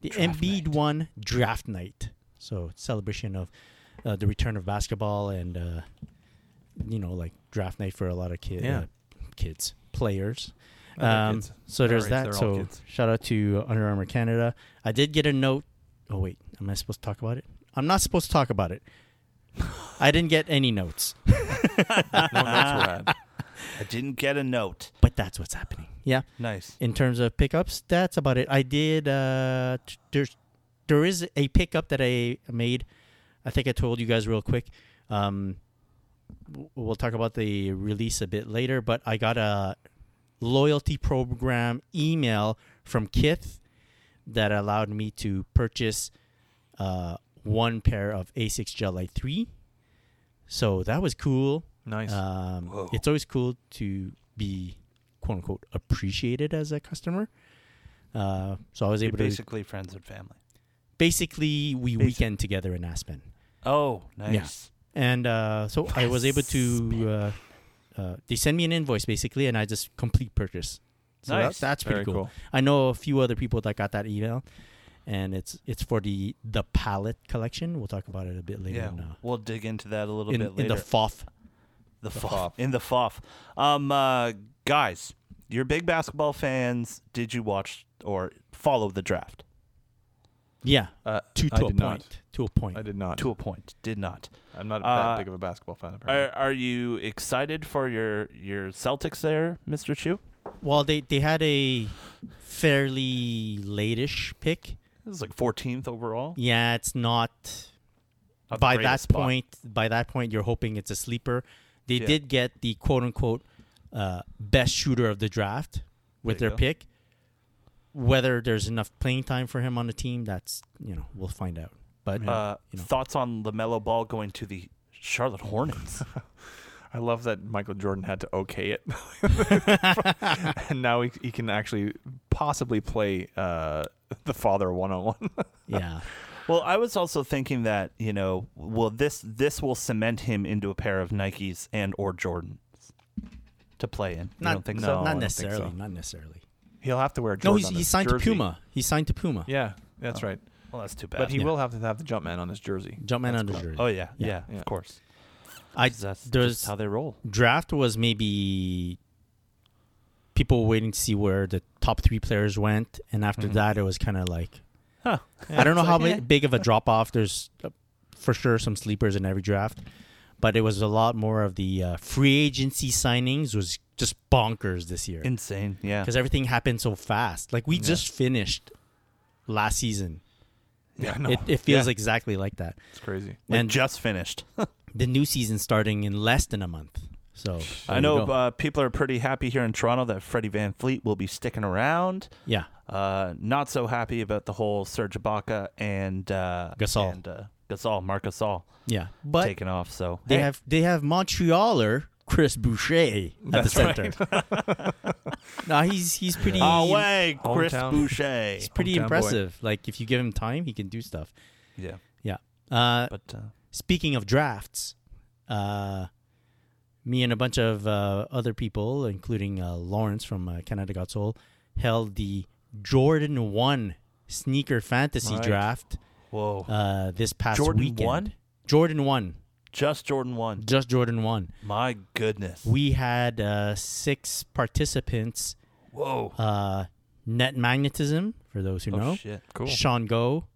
Speaker 3: The
Speaker 2: Draft
Speaker 3: Embiid
Speaker 2: night.
Speaker 3: one draft night. So celebration of uh, the return of basketball and uh, you know like draft night for a lot of kids,
Speaker 4: Yeah.
Speaker 3: uh, kids players.
Speaker 4: I like
Speaker 3: Um,
Speaker 4: kids.
Speaker 3: so there's
Speaker 4: Our age,
Speaker 3: that.
Speaker 4: they're all
Speaker 3: So
Speaker 4: kids.
Speaker 3: shout out to Under Armour Canada. I did get a note. Oh wait, am I supposed to talk about it? I'm not supposed to talk about it. I didn't get any notes,
Speaker 4: No notes were had.
Speaker 2: I didn't get a note.
Speaker 3: but that's what's happening. Yeah.
Speaker 2: Nice.
Speaker 3: In terms of pickups, that's about it. I did. Uh, t- there's there is a pickup that I made. I think I told you guys real quick. Um, w- we'll talk about the release a bit later, but I got a loyalty program email from Kith that allowed me to purchase uh, one pair of Asics Gel Light 3. So that was cool.
Speaker 4: Nice.
Speaker 3: Um,
Speaker 2: Whoa.
Speaker 3: it's always cool to be "quote unquote" appreciated as a customer. Uh, so I was
Speaker 2: You're
Speaker 3: able to
Speaker 2: basically friends and family.
Speaker 3: basically we
Speaker 2: basic-
Speaker 3: weekend together in Aspen,
Speaker 2: Oh, nice.
Speaker 3: and uh, so I was able to. Uh, uh, they send me an invoice basically, and I just complete purchase. So that-
Speaker 2: Nice.
Speaker 3: that's pretty
Speaker 4: Very
Speaker 3: cool. I know a few other people that got that email, and it's it's for the the palette collection. We'll talk about it a bit later.
Speaker 2: Yeah,
Speaker 3: in, uh,
Speaker 2: we'll dig into that a little
Speaker 3: in,
Speaker 2: bit
Speaker 3: in
Speaker 2: later.
Speaker 3: the FOF.
Speaker 2: the
Speaker 4: The
Speaker 2: foff.
Speaker 4: foff.
Speaker 2: In the foff. Um, uh, guys, you're big basketball fans. Did you watch or follow the draft?
Speaker 3: Yeah,
Speaker 4: Uh,
Speaker 3: to,
Speaker 4: I
Speaker 3: to a
Speaker 4: did
Speaker 3: point.
Speaker 4: not.
Speaker 3: To a point.
Speaker 4: I did not.
Speaker 2: To a point, did not.
Speaker 4: I'm not
Speaker 2: Uh,
Speaker 4: that big of a basketball fan. Apparently.
Speaker 2: Are Are you excited for your your Celtics there, Mister Chu?
Speaker 3: Well, they they had a fairly late-ish pick.
Speaker 2: This is like 14th overall.
Speaker 3: Yeah, it's not
Speaker 2: Not the
Speaker 3: by that
Speaker 2: greatest spot.
Speaker 3: point. By that point, you're hoping it's a sleeper. They
Speaker 2: Yeah.
Speaker 3: did get the quote-unquote uh, best shooter of the draft with
Speaker 2: There you
Speaker 3: their
Speaker 2: go.
Speaker 3: pick. Whether there's enough playing time for him on the team, that's you know we'll find out. But
Speaker 2: Uh,
Speaker 3: you know.
Speaker 2: Thoughts on Lamelo Ball going to the Charlotte Hornets?
Speaker 4: I love that Michael Jordan had to okay it, and now he, he can actually possibly play uh, the father one on one.
Speaker 3: yeah,
Speaker 2: Uh, well, I was also thinking that you know, well, this this will cement him into a pair of Nikes and or Jordans to play in. You
Speaker 3: not
Speaker 2: don't think
Speaker 4: no,
Speaker 2: so?
Speaker 4: I don't
Speaker 3: not
Speaker 4: think
Speaker 3: necessarily,
Speaker 4: so.
Speaker 3: not necessarily.
Speaker 4: He'll have to wear. a Jordan
Speaker 3: no, he's,
Speaker 4: on
Speaker 3: he
Speaker 4: his
Speaker 3: signed
Speaker 4: jersey.
Speaker 3: to Puma. He signed to Puma.
Speaker 4: Yeah, that's right. Uh,
Speaker 2: Well, that's too bad.
Speaker 4: But he
Speaker 3: Yeah.
Speaker 4: will have to have the Jumpman on his jersey.
Speaker 3: Jumpman
Speaker 4: That's
Speaker 3: on the
Speaker 4: cool.
Speaker 3: jersey.
Speaker 2: oh yeah,
Speaker 3: Yeah.
Speaker 2: yeah,
Speaker 4: Yeah.
Speaker 2: of course.
Speaker 3: I
Speaker 2: That's
Speaker 3: there's
Speaker 2: just how they roll.
Speaker 3: draft was maybe people waiting to see where the top three players went, and after
Speaker 2: Mm-hmm.
Speaker 3: that, it was kind of like
Speaker 2: Huh.
Speaker 3: I don't know
Speaker 2: it's
Speaker 3: how
Speaker 2: like,
Speaker 3: bi-
Speaker 2: eh.
Speaker 3: big of a drop off. There's uh, for sure some sleepers in every draft, but it was a lot more of the uh, free agency signings was just bonkers this year
Speaker 2: Insane. Yeah.
Speaker 3: because everything happened so fast. Like we
Speaker 4: Yeah.
Speaker 3: just finished last season.
Speaker 4: Yeah, no,
Speaker 3: It, it feels
Speaker 2: Yeah.
Speaker 3: exactly like that.
Speaker 4: it's crazy.
Speaker 2: Like,
Speaker 3: and
Speaker 2: just finished.
Speaker 3: the new season starting in less than a month. So there
Speaker 2: I
Speaker 3: you
Speaker 2: know
Speaker 3: go.
Speaker 2: uh, people are pretty happy here in Toronto that Freddie Van Fleet will be sticking around.
Speaker 3: yeah.
Speaker 2: Uh, not so happy about the whole Serge Ibaka and uh,
Speaker 3: Gasol.
Speaker 2: and uh, Gasol, Marc Gasol
Speaker 3: Yeah, but
Speaker 2: taking off. So
Speaker 3: they
Speaker 2: hey,
Speaker 3: have they have Montrealer Chris Boucher at
Speaker 4: That's
Speaker 3: the center. no, he's he's pretty
Speaker 2: away Chris
Speaker 4: Hometown.
Speaker 2: Boucher.
Speaker 3: he's pretty
Speaker 4: hometown boy.
Speaker 3: impressive. Like if you give him time, he can do stuff.
Speaker 2: yeah,
Speaker 3: Yeah. Uh,
Speaker 2: but uh,
Speaker 3: speaking of drafts, uh, me and a bunch of uh, other people, including uh, Lawrence from uh, Canada Got Soul, held the Jordan One sneaker fantasy
Speaker 4: Right.
Speaker 3: draft
Speaker 2: whoa,
Speaker 3: uh, this past
Speaker 2: Jordan
Speaker 3: weekend.
Speaker 2: 1?
Speaker 3: Jordan One,
Speaker 2: just Jordan one.
Speaker 3: just Jordan One.
Speaker 2: My goodness,
Speaker 3: we had uh, six participants
Speaker 2: Whoa.
Speaker 3: uh, net magnetism for those who
Speaker 2: oh
Speaker 3: know.
Speaker 2: shit.
Speaker 4: Cool.
Speaker 3: Sean Go.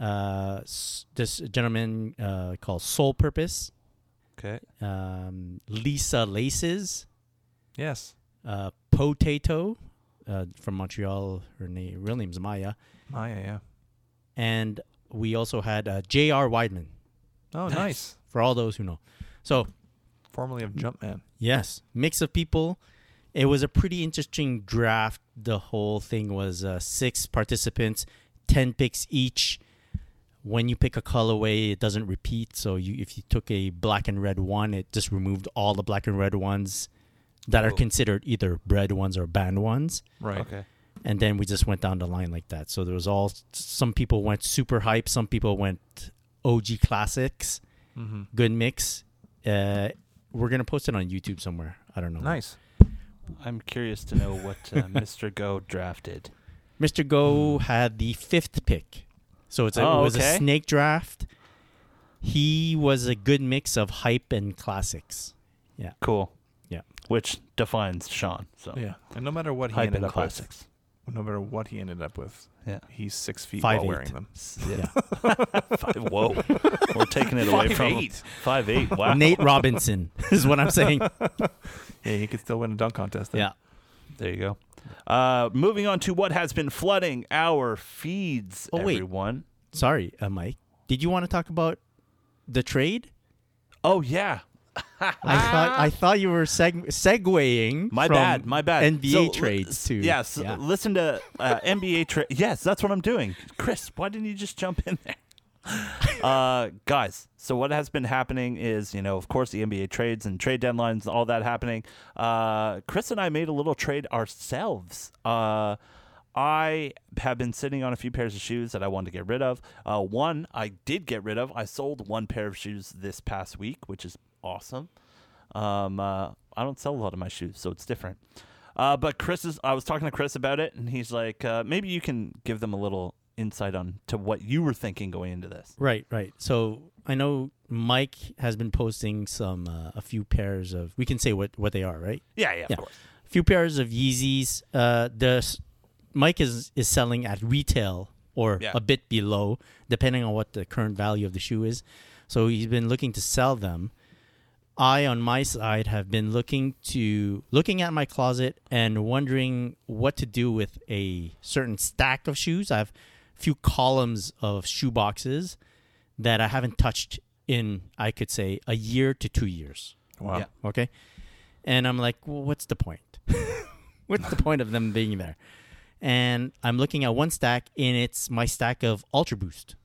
Speaker 3: Uh, s- this gentleman uh, called Soul Purpose.
Speaker 2: Okay.
Speaker 3: Um, Lisa Laces.
Speaker 4: Yes.
Speaker 3: Uh, Potato uh, from Montreal. Her name, real name's Maya.
Speaker 4: Maya, yeah.
Speaker 3: And we also had uh, J.R. Weidman
Speaker 4: Oh, nice.
Speaker 3: for all those who know. So
Speaker 4: Formerly of Jumpman.
Speaker 3: Yes, mix of people. It was a pretty interesting draft. The whole thing was uh, six participants, ten picks each. When you pick a colorway, it doesn't repeat. So you, if you took a black and red one, it just removed all the black and red ones that are
Speaker 2: Cool.
Speaker 3: considered either bred ones or banned ones.
Speaker 4: Right.
Speaker 2: Okay.
Speaker 3: And then we just went down the line like that. So there was all some people went super hype, some people went OG classics.
Speaker 4: Mm-hmm.
Speaker 3: Good mix. Uh, we're gonna post it on YouTube somewhere. I don't know.
Speaker 4: Nice.
Speaker 2: I'm curious to know what uh, Mr. Go drafted.
Speaker 3: Mr. Go had the fifth pick. So it's a,
Speaker 2: Hmm. Oh,
Speaker 3: it was
Speaker 2: okay.
Speaker 3: a snake draft. He was a good mix of hype and classics.
Speaker 2: Cool.
Speaker 3: Yeah.
Speaker 2: Which defines Sean. So
Speaker 4: Yeah. And no matter what he
Speaker 2: hype
Speaker 4: ended
Speaker 2: and
Speaker 4: up
Speaker 2: classics.
Speaker 4: with, no matter what he ended up with,
Speaker 2: Yeah.
Speaker 4: he's six feet
Speaker 3: Five
Speaker 4: while
Speaker 3: eight.
Speaker 4: wearing them.
Speaker 2: Yeah. Five, whoa. We're taking it away from him. Five eight. Wow.
Speaker 3: Nate Robinson is what I'm saying.
Speaker 4: Yeah, he could still win a dunk contest. Then.
Speaker 3: yeah.
Speaker 2: There you go. Uh, moving on to what has been flooding our feeds,
Speaker 3: Oh, wait.
Speaker 2: everyone.
Speaker 3: Sorry, uh, Mike. Did you want to talk about the trade?
Speaker 2: Oh yeah.
Speaker 3: I thought I thought you were seg- segueing.
Speaker 2: My
Speaker 3: Mm-hmm. from
Speaker 2: bad. My bad.
Speaker 3: NBA
Speaker 2: So, li-
Speaker 3: trades too.
Speaker 2: Yeah, so
Speaker 3: yeah.
Speaker 2: Listen to uh, NBA trade. Yes, that's what I'm doing. Chris, why didn't you just jump in there? uh, guys, so what has been happening is, you know, of course, the NBA trades and trade deadlines, all that happening. Uh, Chris and I made a little trade ourselves. Uh, I have been sitting on a few pairs of shoes that I wanted to get rid of. Uh, one I did get rid of. I sold one pair of shoes this past week, which is awesome. Um, uh, I don't sell a lot of my shoes, so it's different. Uh, but Chris is. I was talking to Chris about it, and he's like, uh, maybe you can give them a little insight on to what you were thinking going into this.
Speaker 3: Right, right. So I know Mike has been posting some uh, a few pairs of. We can say what what they are, right?
Speaker 2: Yeah, yeah, of
Speaker 3: Yeah.
Speaker 2: course.
Speaker 3: few pairs of Yeezys. Uh, the s- Mike is is selling at retail or
Speaker 2: Yeah.
Speaker 3: a bit below, depending on what the current value of the shoe is. So he's been looking to sell them. I, on my side, have been looking to looking at my closet and wondering what to do with a certain stack of shoes. I have a few columns of shoe boxes that I haven't touched in, I could say, a year to two years.
Speaker 4: Wow.
Speaker 2: Yeah.
Speaker 3: Okay. And I'm like, well, what's the point? what's the point of them being there? And I'm looking at one stack, and it's my stack of Ultra Boost.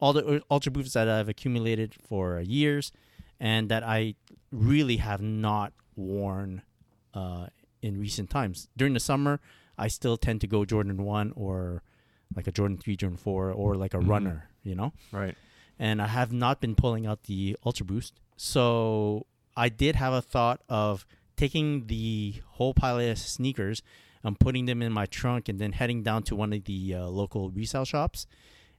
Speaker 3: All the uh, Ultra Boosts that I've accumulated for years and that I really have not worn uh, in recent times. During the summer, I still tend to go Jordan 1 or like a Jordan 3, Jordan 4, or like a runner, you know?
Speaker 4: Right.
Speaker 3: and I have not been pulling out the Ultra Boost. So I did have a thought of taking the whole pile of sneakers and putting them in my trunk and then heading down to one of the uh, local resale shops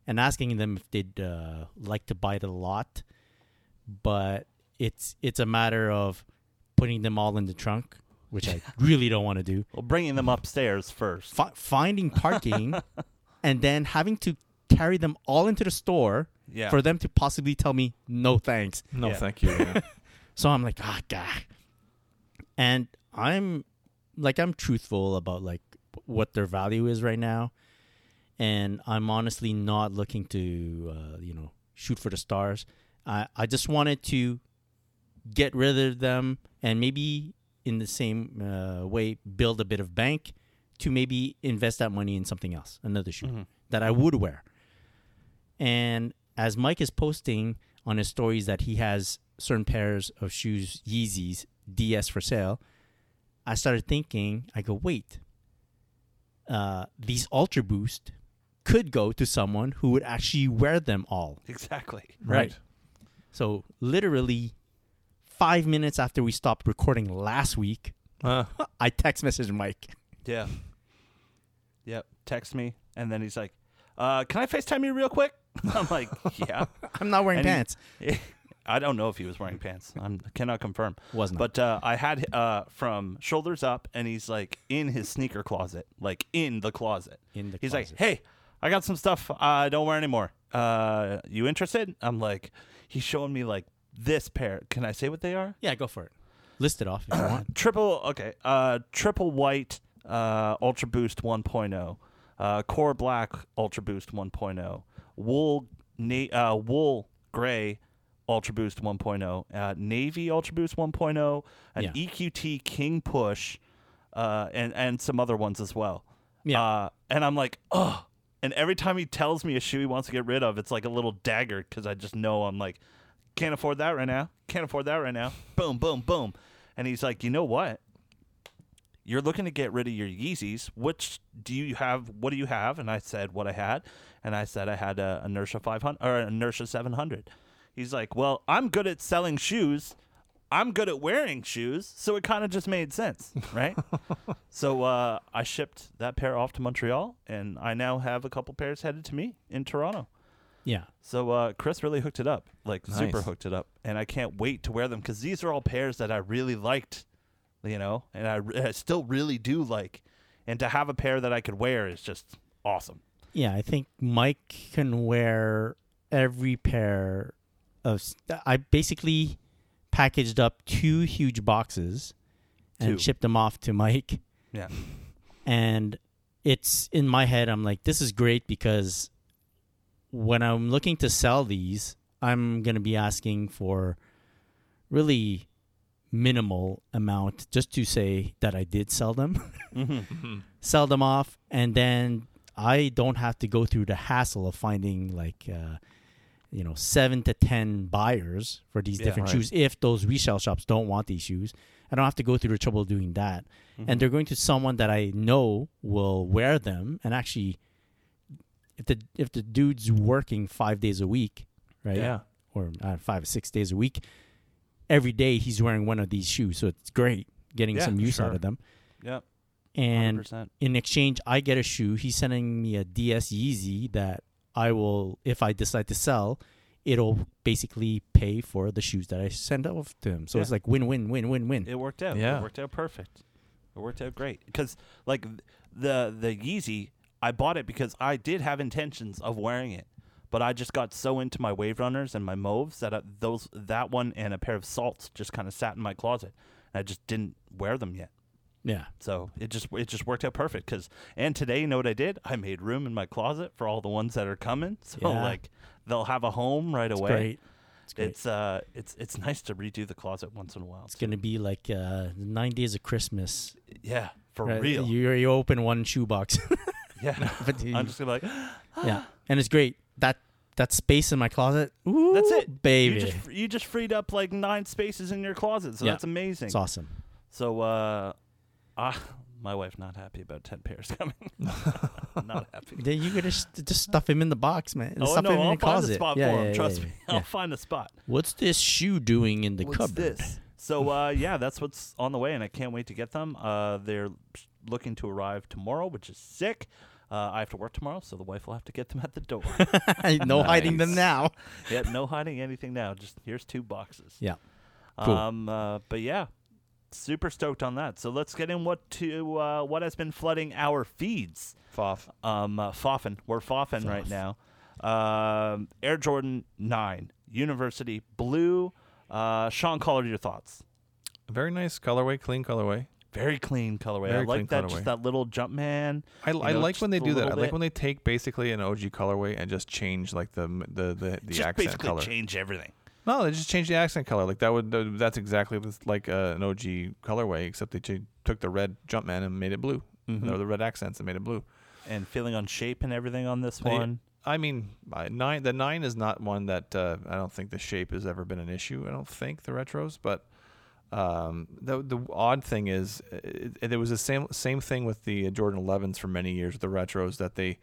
Speaker 3: and asking them if they'd uh, like to buy the lot. But it's it's a matter of putting them all in the trunk, which I really don't want to do
Speaker 2: Well, bringing them upstairs first.
Speaker 3: fi- finding parking and then having to carry them all into the store
Speaker 2: Yeah.
Speaker 3: for them to possibly tell me no thanks.
Speaker 4: No,
Speaker 2: Yeah.
Speaker 4: thank you. yeah.
Speaker 3: So I'm like, ah, gah. And I'm like, I'm truthful about like what their value is right now. And I'm honestly not looking to, uh, you know, shoot for the stars. I, I just wanted to get rid of them and maybe in the same uh, way build a bit of bank to maybe invest that money in something else, another shoe that I would wear. And as Mike is posting on his stories that he has certain pairs of shoes, Yeezys, DS for sale, I started thinking, I go, wait, uh, these Ultra Boost could go to someone who would actually wear them all.
Speaker 2: Exactly.
Speaker 4: Right.
Speaker 3: So, literally, five minutes after we stopped recording last week,
Speaker 4: Uh,
Speaker 3: I text messaged Mike.
Speaker 2: Yeah. Yep. Text me, and then he's like, uh, "Can I Facetime you real quick?" I'm like, "Yeah."
Speaker 3: I'm not wearing
Speaker 2: And he-
Speaker 3: pants.
Speaker 2: I don't know if he was wearing pants. I'm, I cannot confirm.
Speaker 3: Was not.
Speaker 2: But uh, I had uh, from shoulders up, and he's like in his sneaker closet, like in the closet.
Speaker 3: In the
Speaker 2: he's
Speaker 3: closet.
Speaker 2: like, hey, I got some stuff I don't wear anymore. Uh, you interested? I'm like, he's showing me like this pair. Can I say what they are?
Speaker 3: Yeah, go for it. List it off if you want.
Speaker 2: triple okay uh triple white uh ultra boost 1.0 uh core black ultra boost 1.0 wool na- uh wool gray ultra boost 1.0 uh navy ultra boost oh, 1.0 an
Speaker 3: Yeah.
Speaker 2: eqt E king push uh and and some other ones as well
Speaker 3: Yeah.
Speaker 2: uh and i'm like oh and every time he tells me a shoe he wants to get rid of it's like a little dagger because i just know i'm like can't afford that right now. Can't afford that right now. Boom, boom, boom. And he's like, you know what? You're looking to get rid of your Yeezys. Which do you have? What do you have? And I said what I had, and I said I had a inertia 500 or an inertia 700. He's like, well, I'm good at selling shoes. I'm good at wearing shoes, so it kind of just made sense, right? so uh, I shipped that pair off to Montreal, and I now have a couple pairs headed to me in Toronto.
Speaker 3: yeah.
Speaker 2: So uh, Chris really hooked it up, like super
Speaker 4: Nice.
Speaker 2: hooked it up, and I can't wait to wear them because these are all pairs that I really liked, you know, and I, re- I still really do like, and to have a pair that I could wear is just awesome.
Speaker 3: Yeah, I think Mike can wear every pair of. s- I basically packaged up two huge boxes and
Speaker 2: Two.
Speaker 3: shipped them off to Mike.
Speaker 2: Yeah.
Speaker 3: And it's in my head, I'm like, this is great because when I'm looking to sell these, I'm going to be asking for really minimal amount just to say that I did sell them
Speaker 2: Mm-hmm.
Speaker 3: sell them off, and then I don't have to go through the hassle of finding like, uh, you know, seven to ten buyers for these
Speaker 2: Yeah,
Speaker 3: different
Speaker 2: right.
Speaker 3: shoes. If those resale shops don't want these shoes, I don't have to go through the trouble of doing that.
Speaker 2: Mm-hmm.
Speaker 3: And they're going to someone that I know will wear them, and actually, if the if the dude's working five days a week, right?
Speaker 4: Yeah.
Speaker 3: or uh, five or six days a week. Every day he's wearing one of these shoes, so it's great getting
Speaker 2: Yeah,
Speaker 3: some use out
Speaker 2: sure.
Speaker 3: of them.
Speaker 2: Yep.
Speaker 3: And
Speaker 2: 100%.
Speaker 3: in exchange, I get a shoe. He's sending me a DS Yeezy that I will, if I decide to sell, it'll basically pay for the shoes that I send off to him. So it's
Speaker 2: Yeah.
Speaker 3: like win, win, win, win, win.
Speaker 2: It worked out.
Speaker 4: Yeah.
Speaker 2: It worked out perfect. It worked out great because like th- the the Yeezy, I bought it because I did have intentions of wearing it, but I just got so into my Wave Runners and my Moves that I, those that one and a pair of Salts just kind of sat in my closet. And I just didn't wear them yet.
Speaker 3: yeah.
Speaker 2: So it just it just worked out perfect because and today you know what I did I made room in my closet for all the ones that are coming so
Speaker 3: Yeah.
Speaker 2: like they'll have a home right
Speaker 3: It's
Speaker 2: away.
Speaker 3: great. It's great. It's,
Speaker 2: It's uh it's it's nice to redo the closet once in a while.
Speaker 3: going to be like uh, nine days of Christmas.
Speaker 2: yeah, for
Speaker 3: right?
Speaker 2: real.
Speaker 3: You, you open one shoebox.
Speaker 2: Yeah.
Speaker 3: But you-
Speaker 2: I'm just gonna be like,
Speaker 3: yeah. And it's great. That that space in my closet. Ooh,
Speaker 2: that's it,
Speaker 3: Baby.
Speaker 2: You just, you just freed up like nine spaces in your closet, so
Speaker 3: Yeah.
Speaker 2: that's amazing.
Speaker 3: it's awesome.
Speaker 2: So, uh, ah, my wife not happy about ten pairs coming. not happy.
Speaker 3: Then you could just, just stuff him in the box, man.
Speaker 2: Oh
Speaker 3: stuff
Speaker 2: no,
Speaker 3: him in
Speaker 2: I'll find
Speaker 3: the closet.
Speaker 2: a spot
Speaker 3: yeah,
Speaker 2: for
Speaker 3: yeah,
Speaker 2: him.
Speaker 3: yeah,
Speaker 2: Trust
Speaker 3: yeah,
Speaker 2: me,
Speaker 3: yeah.
Speaker 2: I'll find a spot.
Speaker 3: What's this shoe doing in the
Speaker 2: What's
Speaker 3: cupboard?
Speaker 2: this? So uh, yeah, that's what's on the way, and I can't wait to get them. Uh, they're looking to arrive tomorrow, which is sick. Uh, I have to work tomorrow, so the wife will have to get them at the door.
Speaker 3: no hiding them
Speaker 4: Nice.
Speaker 3: now.
Speaker 2: yeah, no hiding anything now. Just here's two boxes.
Speaker 3: Yeah. Cool.
Speaker 2: Um, uh, but yeah, super stoked on that. So let's get in what to uh, what has been flooding our feeds.
Speaker 4: Foff.
Speaker 2: Um, uh, Foffin, we're Foffin right now. Um, Air Jordan Nine University Blue. Uh, Sean, color your thoughts.
Speaker 4: Very nice colorway, clean colorway.
Speaker 2: Very clean colorway. I
Speaker 4: Very
Speaker 2: like
Speaker 4: clean
Speaker 2: that.
Speaker 4: colorway.
Speaker 2: Just that little jump man.
Speaker 4: I, I
Speaker 2: know,
Speaker 4: like
Speaker 2: just
Speaker 4: when they
Speaker 2: a
Speaker 4: do that.
Speaker 2: little
Speaker 4: I like
Speaker 2: bit.
Speaker 4: when they take basically an OG colorway and just change like the m- the the, the
Speaker 2: just
Speaker 4: accent
Speaker 2: basically
Speaker 4: color.
Speaker 2: change everything.
Speaker 4: No, they just changed the accent color. Like that would th- that's exactly this- like uh, an OG colorway, except they ch- took the red Jumpman and made it blue, or the red accents and made it blue.
Speaker 2: And feeling on shape and everything on this
Speaker 4: They-
Speaker 2: one.
Speaker 4: I mean, I- nine. The nine is not one that uh, I don't think the shape has ever been an issue. I don't think the retros, but um, the the odd thing is, it, it, it was the same same thing with the Jordan 11s for many years. The retros that they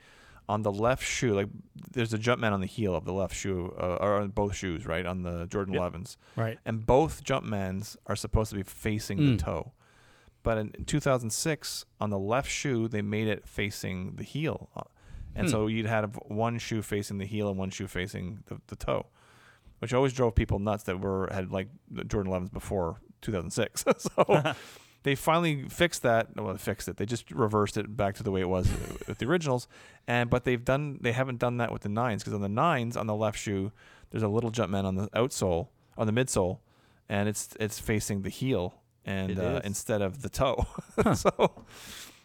Speaker 4: on the left shoe, like there's a jump man on the heel of the left shoe, uh, or on both shoes, right on the Jordan
Speaker 2: Yep.
Speaker 4: 11s,
Speaker 3: Right.
Speaker 4: and both jump mans are supposed to be facing
Speaker 3: Mm.
Speaker 4: the toe. But in 2006, on the left shoe, they made it facing the
Speaker 3: Hmm.
Speaker 4: heel. Uh, And so you'd have one shoe facing the heel and one shoe facing the, the toe. which always drove people nuts that were had like the Jordan 11s before 2006. so they finally fixed that. Well, they fixed it. They just reversed it back to the way it was with the originals. And but they've done they haven't done that with the nines because on the nines on the left shoe there's a little Jumpman on the outsole on the midsole, and it's it's facing the heel and
Speaker 2: It
Speaker 4: uh,
Speaker 2: is.
Speaker 4: instead of the toe. so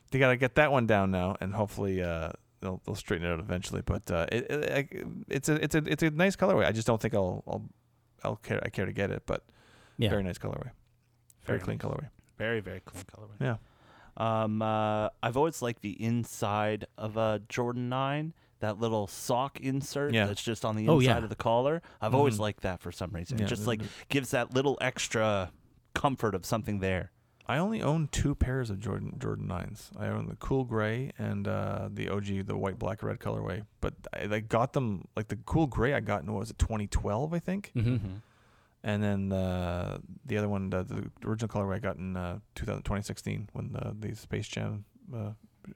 Speaker 4: they got to get that one down now, and hopefully uh, they'll they'll straighten it out eventually. But uh, it, it, I- it's a it's a it's a nice colorway. I just don't think I'll I'll, I'll care I care to get it, but
Speaker 3: Yeah.
Speaker 4: very nice colorway, very, clean
Speaker 2: nice.
Speaker 4: colorway.
Speaker 2: Very, very clean colorway.
Speaker 4: Yeah.
Speaker 2: Um, uh, I've always liked the inside of a Jordan 9, that little sock insert
Speaker 4: Yeah.
Speaker 2: that's just on the inside
Speaker 3: Oh, yeah.
Speaker 2: of the collar. I've always
Speaker 4: Mhm.
Speaker 2: liked that for some reason.
Speaker 4: Yeah,
Speaker 2: it just
Speaker 4: they're-
Speaker 2: like gives that little extra comfort of something there.
Speaker 4: I only own two pairs of Jordan Jordan nines. I own the cool gray and uh, the OG, the white, black, red colorway. But I, I got them like the cool gray. I got in what was it 2012, I think,
Speaker 3: Mm-hmm.
Speaker 4: and then uh, the other one, the, the original colorway, I got in uh, 2000 2016 when the, the Space Jam, uh,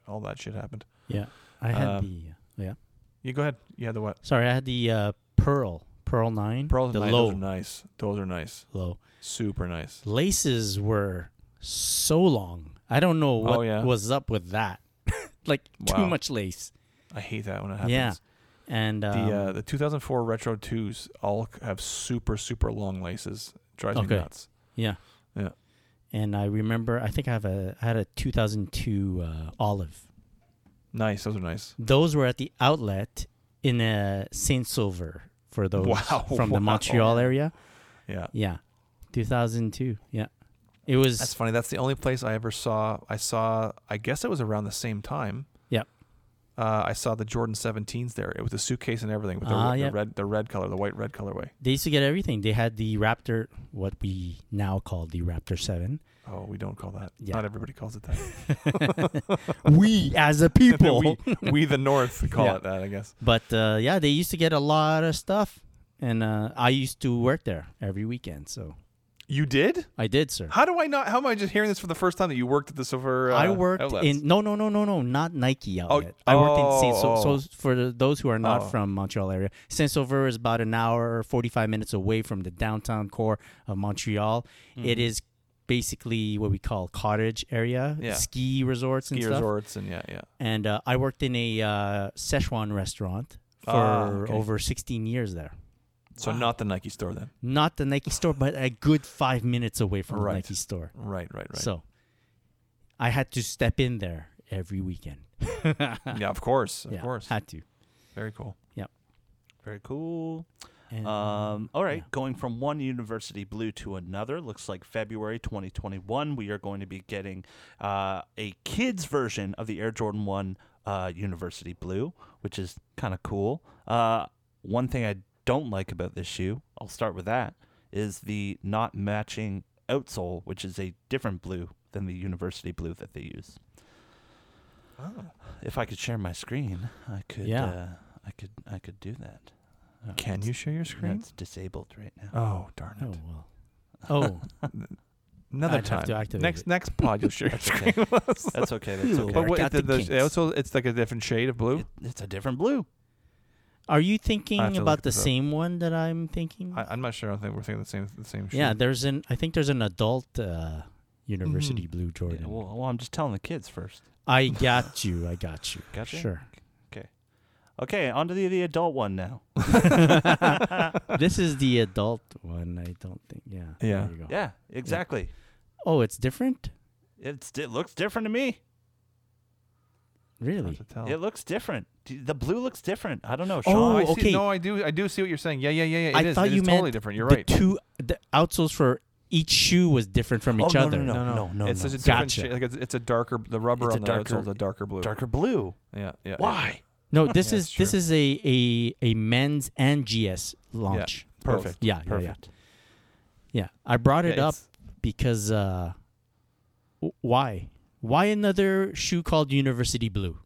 Speaker 4: all that shit happened.
Speaker 3: Yeah. I had
Speaker 4: Um,
Speaker 3: the uh, yeah.
Speaker 4: You go ahead. Yeah, the what?
Speaker 3: Sorry, I had the uh, Pearl Pearl Nine.
Speaker 4: Pearls
Speaker 3: the
Speaker 4: and nines,
Speaker 3: low
Speaker 4: those are nice. Those are nice.
Speaker 3: low
Speaker 4: Super nice.
Speaker 3: laces were so long. I don't know what
Speaker 4: Oh, yeah.
Speaker 3: was up with that. like too
Speaker 4: Wow.
Speaker 3: much lace.
Speaker 4: I hate that when it happens.
Speaker 3: Yeah. And um,
Speaker 4: the uh, the 2004 retro twos all c- have super super long laces. Drives
Speaker 3: Okay.
Speaker 4: me nuts.
Speaker 3: yeah.
Speaker 4: Yeah.
Speaker 3: And I remember I think I have a I had a 2002 uh, olive.
Speaker 4: Nice. Those are nice.
Speaker 3: Those were at the outlet in uh, Saint Silver for those
Speaker 4: Wow,
Speaker 3: from the
Speaker 4: wow.
Speaker 3: Montreal area.
Speaker 4: Yeah.
Speaker 3: Yeah. 2002. Yeah. It was
Speaker 4: That's funny. That's the only place I ever saw. I saw. I guess it was around the same time.
Speaker 3: Yep.
Speaker 4: Uh, I saw the Jordan 17s there. It was a suitcase and everything with the,
Speaker 3: Ah,
Speaker 4: the
Speaker 3: yep.
Speaker 4: red, the red color, the white red colorway.
Speaker 3: they used to get everything. They had the Raptor, what we now call the Raptor 7.
Speaker 4: Oh, we don't call that.
Speaker 3: Yeah.
Speaker 4: Not everybody calls it that.
Speaker 3: we as a people.
Speaker 4: we, we the North call
Speaker 3: Yeah.
Speaker 4: it that. I guess.
Speaker 3: But uh, yeah, they used to get a lot of stuff. And uh, I used to work there every weekend. So
Speaker 4: You did?
Speaker 3: I did, sir.
Speaker 4: How do I not? How am I just hearing this for the first time that you worked at the silver? Uh,
Speaker 3: I worked
Speaker 4: outlets?
Speaker 3: in no no no no no not Nike outlet. I worked in Saint
Speaker 4: oh,
Speaker 3: so,
Speaker 4: oh.
Speaker 3: so for the- those who are not
Speaker 4: Oh.
Speaker 3: from Montreal area, Saint Sauveur is about an hour or forty five minutes away from the downtown core of Montreal.
Speaker 4: Mm-hmm.
Speaker 3: It is basically what we call cottage area,
Speaker 4: Yeah.
Speaker 3: ski resorts and
Speaker 4: ski
Speaker 3: stuff.
Speaker 4: resorts and yeah, yeah.
Speaker 3: And uh, I worked in a uh, Szechuan restaurant for
Speaker 4: Ah, okay.
Speaker 3: over sixteen years there.
Speaker 4: So not the Nike store then.
Speaker 3: Not the Nike store, but a good five minutes away from
Speaker 4: Right.
Speaker 3: the Nike store.
Speaker 4: Right, right, right.
Speaker 3: So I had to step in there every weekend.
Speaker 4: yeah, of course, of
Speaker 3: yeah,
Speaker 4: course.
Speaker 3: Had to.
Speaker 4: Very cool.
Speaker 2: Very cool.
Speaker 3: And,
Speaker 2: Um, all right,
Speaker 3: yeah.
Speaker 2: going from one university blue to another. Looks like February 2021, we are going to be getting uh, a kids version of the Air Jordan 1 uh, University Blue, which is kind of cool. Uh, one thing I don't like about this shoe, I'll start with that, is the not matching outsole, which is a different blue than the University Blue that they use. If I could share my screen, I could.
Speaker 3: Oh. Yeah.
Speaker 2: Uh, I could. I could do that. Uh,
Speaker 4: Can you share your screen?
Speaker 2: That's disabled right now.
Speaker 4: Oh darn
Speaker 3: oh
Speaker 4: it!
Speaker 3: well. Oh,
Speaker 4: Another
Speaker 3: I'd
Speaker 4: time.
Speaker 3: have to activate
Speaker 4: next
Speaker 3: it.
Speaker 4: next pod, you'll share your
Speaker 2: That's okay.
Speaker 4: screen. with us.
Speaker 2: That's okay. That's okay.
Speaker 3: Ew.
Speaker 4: But
Speaker 3: I
Speaker 4: what,
Speaker 3: got
Speaker 4: the,
Speaker 3: the
Speaker 4: the-
Speaker 3: kinks.
Speaker 4: it also, it's like a different shade of blue.
Speaker 2: It- it's a different blue.
Speaker 3: are you
Speaker 4: have
Speaker 3: thinking
Speaker 4: to
Speaker 3: about
Speaker 4: look
Speaker 3: the
Speaker 4: this up.
Speaker 3: same one that I'm thinking?
Speaker 4: I, I'm not sure. I don't think we're thinking the same the same.
Speaker 3: yeah,
Speaker 4: shade.
Speaker 3: there's an. I think there's an adult uh, University
Speaker 4: Mm-hmm.
Speaker 3: Blue
Speaker 2: Yeah,
Speaker 3: Jordan.
Speaker 2: well, well, I'm just telling the kids first.
Speaker 3: I got you. I got you.
Speaker 2: Gotcha.
Speaker 3: Sure.
Speaker 2: Okay, onto the, the adult one now.
Speaker 3: this is the adult one. I don't think. Yeah.
Speaker 4: Yeah.
Speaker 3: There you go.
Speaker 2: Yeah, exactly.
Speaker 3: Oh, it's different.
Speaker 2: It's it looks different to me.
Speaker 4: Hard
Speaker 3: Really?
Speaker 4: to tell.
Speaker 2: It looks different. D- The blue looks different. I don't know.
Speaker 4: Oh,
Speaker 2: Sean,
Speaker 4: I
Speaker 3: Oh,
Speaker 4: See,
Speaker 3: okay.
Speaker 4: no, I do. I do see what you're saying. Yeah, yeah, yeah. yeah. It
Speaker 3: I
Speaker 4: is.
Speaker 3: thought
Speaker 4: It
Speaker 3: you
Speaker 4: is
Speaker 3: meant
Speaker 4: totally different. You're
Speaker 3: the
Speaker 4: right.
Speaker 3: Two the outsoles for each shoe was different from
Speaker 2: Oh,
Speaker 3: each
Speaker 2: no, no,
Speaker 3: other.
Speaker 2: no, no, no,
Speaker 4: It's
Speaker 2: no.
Speaker 4: such a different
Speaker 3: Gotcha.
Speaker 4: shade. Like it's, it's a darker. The rubber
Speaker 2: It's a
Speaker 4: on the
Speaker 2: darker-
Speaker 4: outsole is a darker blue.
Speaker 2: darker blue.
Speaker 4: Yeah, yeah.
Speaker 2: Why?
Speaker 3: No, this
Speaker 4: Yeah,
Speaker 3: is
Speaker 4: it's
Speaker 3: this
Speaker 4: true.
Speaker 3: is a, a a men's and GS launch.
Speaker 4: Both.
Speaker 2: Perfect.
Speaker 3: Yeah, yeah, yeah.
Speaker 2: Perfect.
Speaker 3: Yeah, I brought
Speaker 4: Yeah,
Speaker 3: it up
Speaker 4: it's-
Speaker 3: because uh, w- why? Why another shoe called University Blue?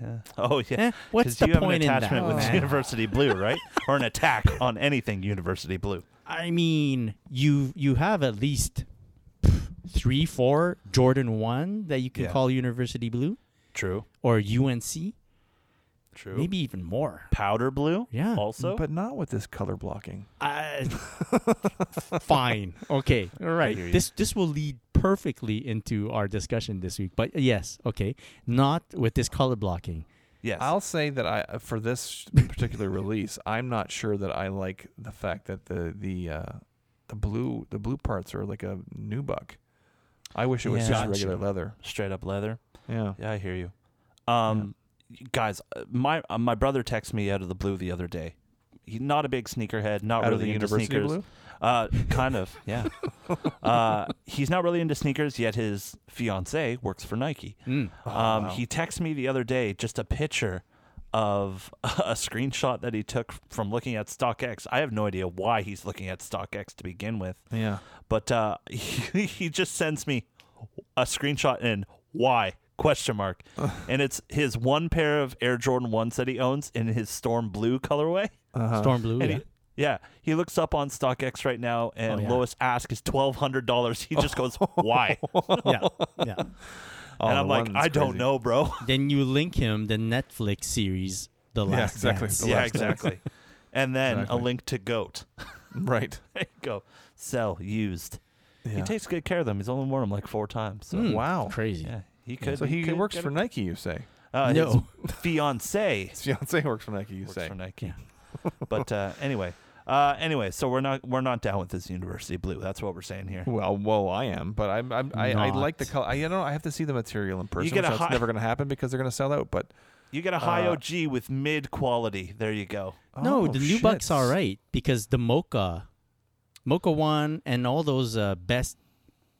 Speaker 2: Yeah. Oh yeah.
Speaker 3: Eh, what's
Speaker 2: 'Cause
Speaker 3: the
Speaker 2: you have
Speaker 3: point in
Speaker 2: an
Speaker 3: that,
Speaker 2: attachment with
Speaker 3: man?
Speaker 2: University Blue, right? or an attack on anything University Blue.
Speaker 3: I mean, you you have at least pff, three, four Jordan one that you can
Speaker 2: Yeah.
Speaker 3: call University Blue
Speaker 2: True.
Speaker 3: or UNC.
Speaker 2: True.
Speaker 3: maybe even more.
Speaker 2: powder blue.
Speaker 3: Yeah,
Speaker 2: Also,
Speaker 4: but not with this color blocking.
Speaker 3: Uh, fine. Okay. All right.
Speaker 2: hear you.
Speaker 3: This this will lead perfectly into our discussion this week. But yes, okay, not with this color blocking.
Speaker 2: yes.
Speaker 4: I'll say that I uh, for this particular release, I'm not sure that I like the fact that the the uh, the blue the blue parts are like a new buck. I wish it was
Speaker 2: Yeah.
Speaker 4: just
Speaker 2: Gotcha.
Speaker 4: regular leather.
Speaker 2: Straight up leather.
Speaker 4: Yeah.
Speaker 2: Yeah, I hear you. Um, y- guys, uh, my uh, my brother texted me out of the blue the other day. He not a big sneakerhead, not
Speaker 4: Out
Speaker 2: really
Speaker 4: of the
Speaker 2: into
Speaker 4: university
Speaker 2: sneakers.
Speaker 4: blue.
Speaker 2: Uh, kind of, yeah. uh, he's not really into sneakers yet. His fiance works for Nike.
Speaker 3: Mm.
Speaker 2: um,
Speaker 4: Oh, wow.
Speaker 2: He texted me the other day just a picture of a screenshot that he took from looking at StockX. I have no idea why he's looking at StockX to begin with,
Speaker 4: Yeah.
Speaker 2: but uh, he, he just sends me a screenshot and why question mark, and it's his one pair of Air Jordan ones that he owns in his storm blue colorway.
Speaker 4: Uh-huh.
Speaker 3: Storm blue.
Speaker 2: And
Speaker 3: yeah.
Speaker 2: he, yeah, he looks up on StockX right now, and
Speaker 3: Oh, yeah.
Speaker 2: lowest ask is twelve hundred dollars. He just goes, "Why?"
Speaker 3: yeah. Yeah.
Speaker 4: Oh,
Speaker 2: and
Speaker 4: the
Speaker 2: I'm like,
Speaker 4: one's
Speaker 2: "I don't
Speaker 4: crazy.
Speaker 2: know, bro."
Speaker 3: Then you link him the Netflix series, The
Speaker 4: Yeah,
Speaker 3: Last
Speaker 4: exactly.
Speaker 3: Dance.
Speaker 4: The
Speaker 2: yeah,
Speaker 4: last ask.
Speaker 2: exactly. and then
Speaker 4: Exactly.
Speaker 2: a link to Goat.
Speaker 4: Right.
Speaker 2: Go sell used. He
Speaker 4: Yeah. Hmm.
Speaker 2: takes good care of them. He's only worn them like four times. So
Speaker 3: Mm,
Speaker 4: Wow.
Speaker 3: Crazy.
Speaker 2: yeah, he could.
Speaker 4: So he
Speaker 2: could
Speaker 4: works
Speaker 2: get
Speaker 4: for
Speaker 2: it.
Speaker 4: Nike, you say?
Speaker 2: Uh,
Speaker 3: No.
Speaker 2: his fiance
Speaker 4: His fiance works for Nike, you
Speaker 2: works
Speaker 4: say?
Speaker 2: for Nike. but uh, anyway, uh, anyway, so we're not we're not down with this University Blue. That's what we're saying here.
Speaker 4: Well, well, I am, but I'm, I'm I, I like the
Speaker 3: Not.
Speaker 4: color. I don't. know, I have to see the material in person.
Speaker 2: get
Speaker 4: which
Speaker 2: a
Speaker 4: that's
Speaker 2: high-
Speaker 4: never going to happen because they're going to sell out. But
Speaker 2: You get a high
Speaker 4: Uh,
Speaker 2: OG with mid quality. There you go.
Speaker 3: No,
Speaker 4: Oh,
Speaker 3: the new
Speaker 4: shit.
Speaker 3: bucks are right because the mocha, mocha one, and all those uh, best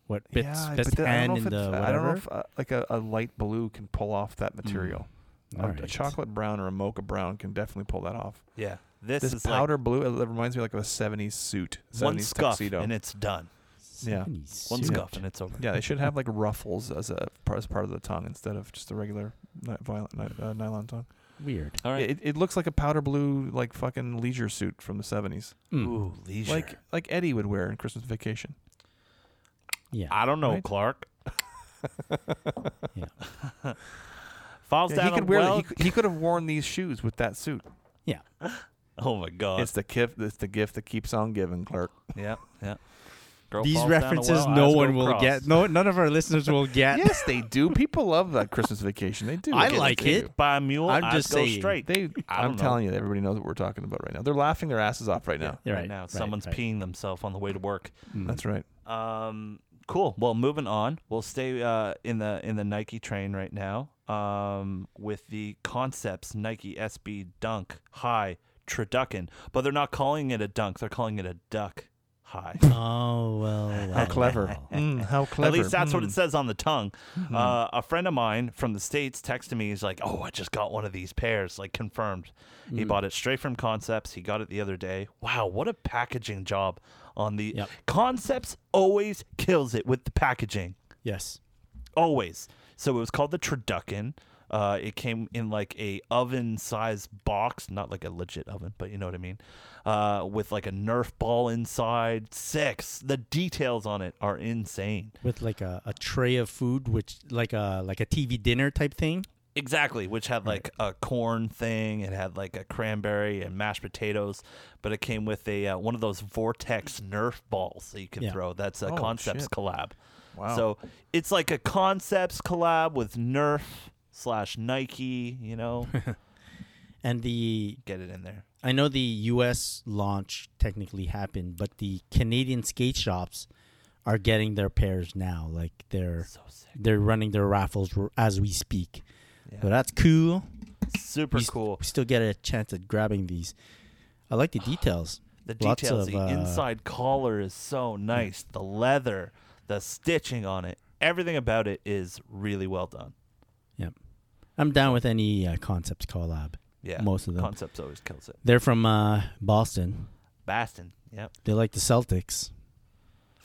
Speaker 3: what bits
Speaker 4: yeah,
Speaker 3: best
Speaker 4: but the- I don't know
Speaker 3: hand in
Speaker 4: if
Speaker 3: the
Speaker 4: it's-
Speaker 3: whatever. Mm,
Speaker 4: I don't know if uh, like a, a light blue can pull off that material. A-
Speaker 3: All
Speaker 4: a,
Speaker 3: right.
Speaker 4: chocolate brown or a mocha brown can definitely pull that off.
Speaker 2: Yeah. This,
Speaker 4: This,
Speaker 2: is
Speaker 4: powder blue, it it reminds me like of a '70s suit,
Speaker 2: like one
Speaker 4: '70s
Speaker 2: scuff
Speaker 4: tuxedo.
Speaker 2: and it's done.
Speaker 4: Yeah.
Speaker 3: 70s
Speaker 2: One
Speaker 3: suit.
Speaker 2: scuff and it's over.
Speaker 4: yeah, they should have like ruffles as a as part of the tongue instead of just a regular ni- violent ni- uh, nylon tongue.
Speaker 3: Weird.
Speaker 2: All right.
Speaker 4: It, it looks like a powder blue like fucking leisure suit from the '70s.
Speaker 3: Mm.
Speaker 2: Ooh, leisure.
Speaker 4: like like Eddie would wear in Christmas Vacation.
Speaker 3: Yeah.
Speaker 2: I don't know,
Speaker 4: Right?
Speaker 2: Clark.
Speaker 3: Yeah.
Speaker 2: Falls
Speaker 4: Yeah,
Speaker 2: down.
Speaker 4: he could
Speaker 2: a
Speaker 4: wear.
Speaker 2: well-
Speaker 4: He, could- he could have worn these shoes with that suit.
Speaker 3: yeah.
Speaker 2: oh my God.
Speaker 4: It's the gift. It's the gift that keeps on giving, Clark.
Speaker 2: yeah, yeah. Girl
Speaker 3: These
Speaker 2: falls down a
Speaker 3: references
Speaker 2: well,
Speaker 3: no
Speaker 2: eyes go
Speaker 3: one will
Speaker 2: cross.
Speaker 3: get. No none of our listeners will get.
Speaker 4: yes, they do. People love that Christmas Vacation. They do.
Speaker 3: I
Speaker 4: get
Speaker 3: like
Speaker 4: they
Speaker 3: it.
Speaker 4: do.
Speaker 2: By a mule,
Speaker 3: I'm
Speaker 2: eyes
Speaker 3: just
Speaker 2: go
Speaker 3: saying,
Speaker 2: straight.
Speaker 4: They.
Speaker 2: I don't
Speaker 4: I'm
Speaker 2: know.
Speaker 4: telling you, everybody knows what we're talking about right now. They're laughing their asses off right now.
Speaker 3: You're
Speaker 2: right,
Speaker 3: right
Speaker 2: now,
Speaker 3: right,
Speaker 2: someone's
Speaker 3: right.
Speaker 2: peeing themselves on the way to work.
Speaker 4: That's right.
Speaker 2: Um, cool. Well, moving on. We'll stay uh, in the in the Nike train right now. Um, with the concepts Nike SB Dunk High Traduckin, but they're not calling it a dunk. They're calling it a duck high.
Speaker 3: Oh well.
Speaker 4: How
Speaker 3: well,
Speaker 4: clever.
Speaker 3: well.
Speaker 4: Mm, how clever.
Speaker 2: At least that's what it
Speaker 4: Mm.
Speaker 2: says on the tongue. Uh, a friend of mine from the States texted me. He's like, Oh, I just got one of these pairs, like confirmed. He bought it straight from Concepts. He got it the other day. Wow, what a packaging job on the
Speaker 3: Yep.
Speaker 2: Concepts always kills it with the packaging.
Speaker 3: Yes.
Speaker 2: Always. So it was called the Traduckin. Uh, it came in like a oven sized box, not like a legit oven, but you know what I mean. Uh, with like a Nerf ball inside. Six. The details on it are insane.
Speaker 3: With like a, a tray of food, which like a like a TV dinner type thing.
Speaker 2: Exactly, which had like a corn thing. It had like a cranberry and mashed potatoes, but it came with a uh, one of those vortex Nerf balls that you can
Speaker 3: Yeah.
Speaker 2: throw. That's a
Speaker 4: Oh,
Speaker 2: concepts
Speaker 4: shit.
Speaker 2: collab.
Speaker 4: Mm. Wow.
Speaker 2: So it's like a concepts collab with Nerf slash Nike. You know,
Speaker 3: And the
Speaker 2: get it in there.
Speaker 3: I know the U.S. launch technically happened, but the Canadian skate shops are getting their pairs now. Like they're
Speaker 2: So sick,
Speaker 3: they're running their raffles r- as we speak.
Speaker 2: Yeah.
Speaker 3: So that's cool.
Speaker 2: super
Speaker 3: we st-
Speaker 2: cool.
Speaker 3: we still get a chance at grabbing these. I like the details.
Speaker 2: The
Speaker 3: Lots
Speaker 2: details,
Speaker 3: of,
Speaker 2: the
Speaker 3: uh,
Speaker 2: inside collar is so nice. The leather, the stitching on it, everything about it is really well done.
Speaker 3: Yep. I'm down with any uh, concepts collab.
Speaker 2: Yeah,
Speaker 3: Most of them.
Speaker 2: concepts always kills it.
Speaker 3: They're from uh, Boston.
Speaker 2: Baston, yep.
Speaker 3: They like the Celtics.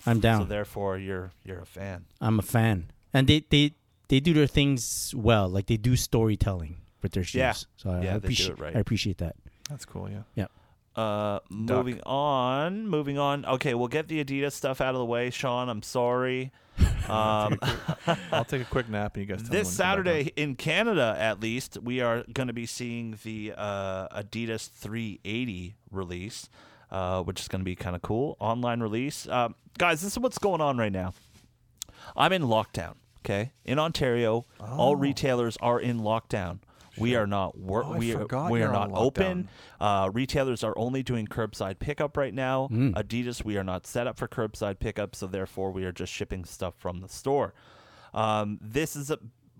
Speaker 3: I'm down.
Speaker 2: So therefore, you're you're a fan.
Speaker 3: I'm a fan. And they, they they do their things well. Like they do storytelling with their shoes.
Speaker 2: Yeah.
Speaker 3: So I,
Speaker 2: Yeah,
Speaker 3: I
Speaker 2: they do
Speaker 3: appreciate
Speaker 2: it right.
Speaker 3: I appreciate that.
Speaker 4: That's cool. Yeah.
Speaker 2: Uh, moving on, moving on. Okay, we'll get the Adidas stuff out of the way, Sean. I'm sorry. Um,
Speaker 4: I'll take a quick nap and you guys. Tell me
Speaker 2: this
Speaker 4: when to come back on.
Speaker 2: Saturday in Canada, at least, we are going to be seeing the uh, Adidas 380 release, uh, which is going to be kind of cool. Online release. Um, guys, this is what's going on right now. I'm in lockdown, okay? In Ontario, all retailers are in lockdown. We are not wor-
Speaker 4: Oh, I
Speaker 2: we are,
Speaker 4: forgot
Speaker 2: we are
Speaker 4: you're
Speaker 2: not
Speaker 4: on
Speaker 2: open. Uh, retailers are only doing curbside pickup right now. Adidas, we are not set up for curbside pickup, so therefore we are just shipping stuff from the store. Um, this is a,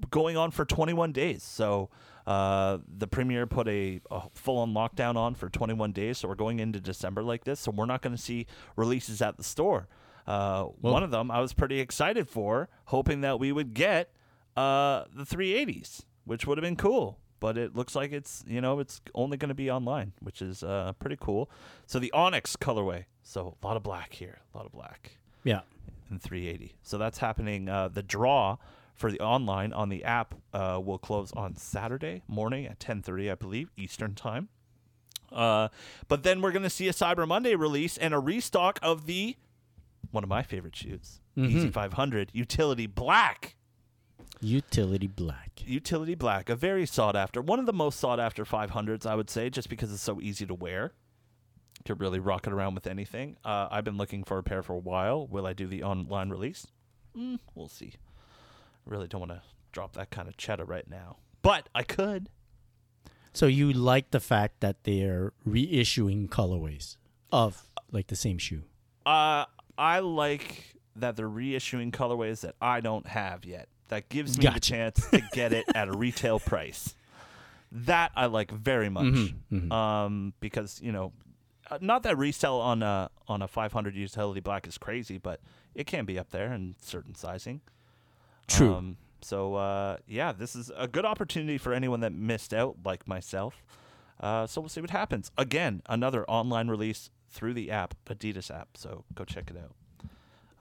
Speaker 2: going on for 21 days. So uh, the premier put a, a full on lockdown on for 21 days. So we're going into December like this. So we're not going to see releases at the store. Uh, one of them I was pretty excited for, hoping that we would get uh, the 380s, which would have been cool. But it looks like it's you know it's only going to be online, which is uh, pretty cool. So the Onyx colorway, so a lot of black here, a lot of black
Speaker 3: Yeah.
Speaker 2: and 380. So that's happening. Uh, the draw for the online on the app uh, will close on Saturday morning at 10:30, I believe, Eastern time. Uh, but then we're going to see a Cyber Monday release and a restock of the one of my favorite shoes, Easy 500 Utility Black.
Speaker 3: Utility black.
Speaker 2: Utility Black, a very sought after, one of the most sought after 500s, I would say, just because it's so easy to wear. To really rock it around with anything. Uh, I've been looking for a pair for a while. Will I do the online release? Mm, we'll see. Really don't want to drop that kind of cheddar right now, but I could.
Speaker 3: So you like the fact that they're reissuing colorways of like the same shoe.
Speaker 2: Uh, I like that they're reissuing colorways that I don't have yet. That gives me the
Speaker 3: Gotcha.
Speaker 2: chance to get it at a retail price. That I like very much, Um, because you know, uh, not that resale on a on a 500 utility black is crazy, but it can be up there in certain sizing.
Speaker 3: True.
Speaker 2: Um, so uh, yeah, this is a good opportunity for anyone that missed out, like myself. Uh, so we'll see what happens. Again, another online release through the app, Adidas app. So go check it out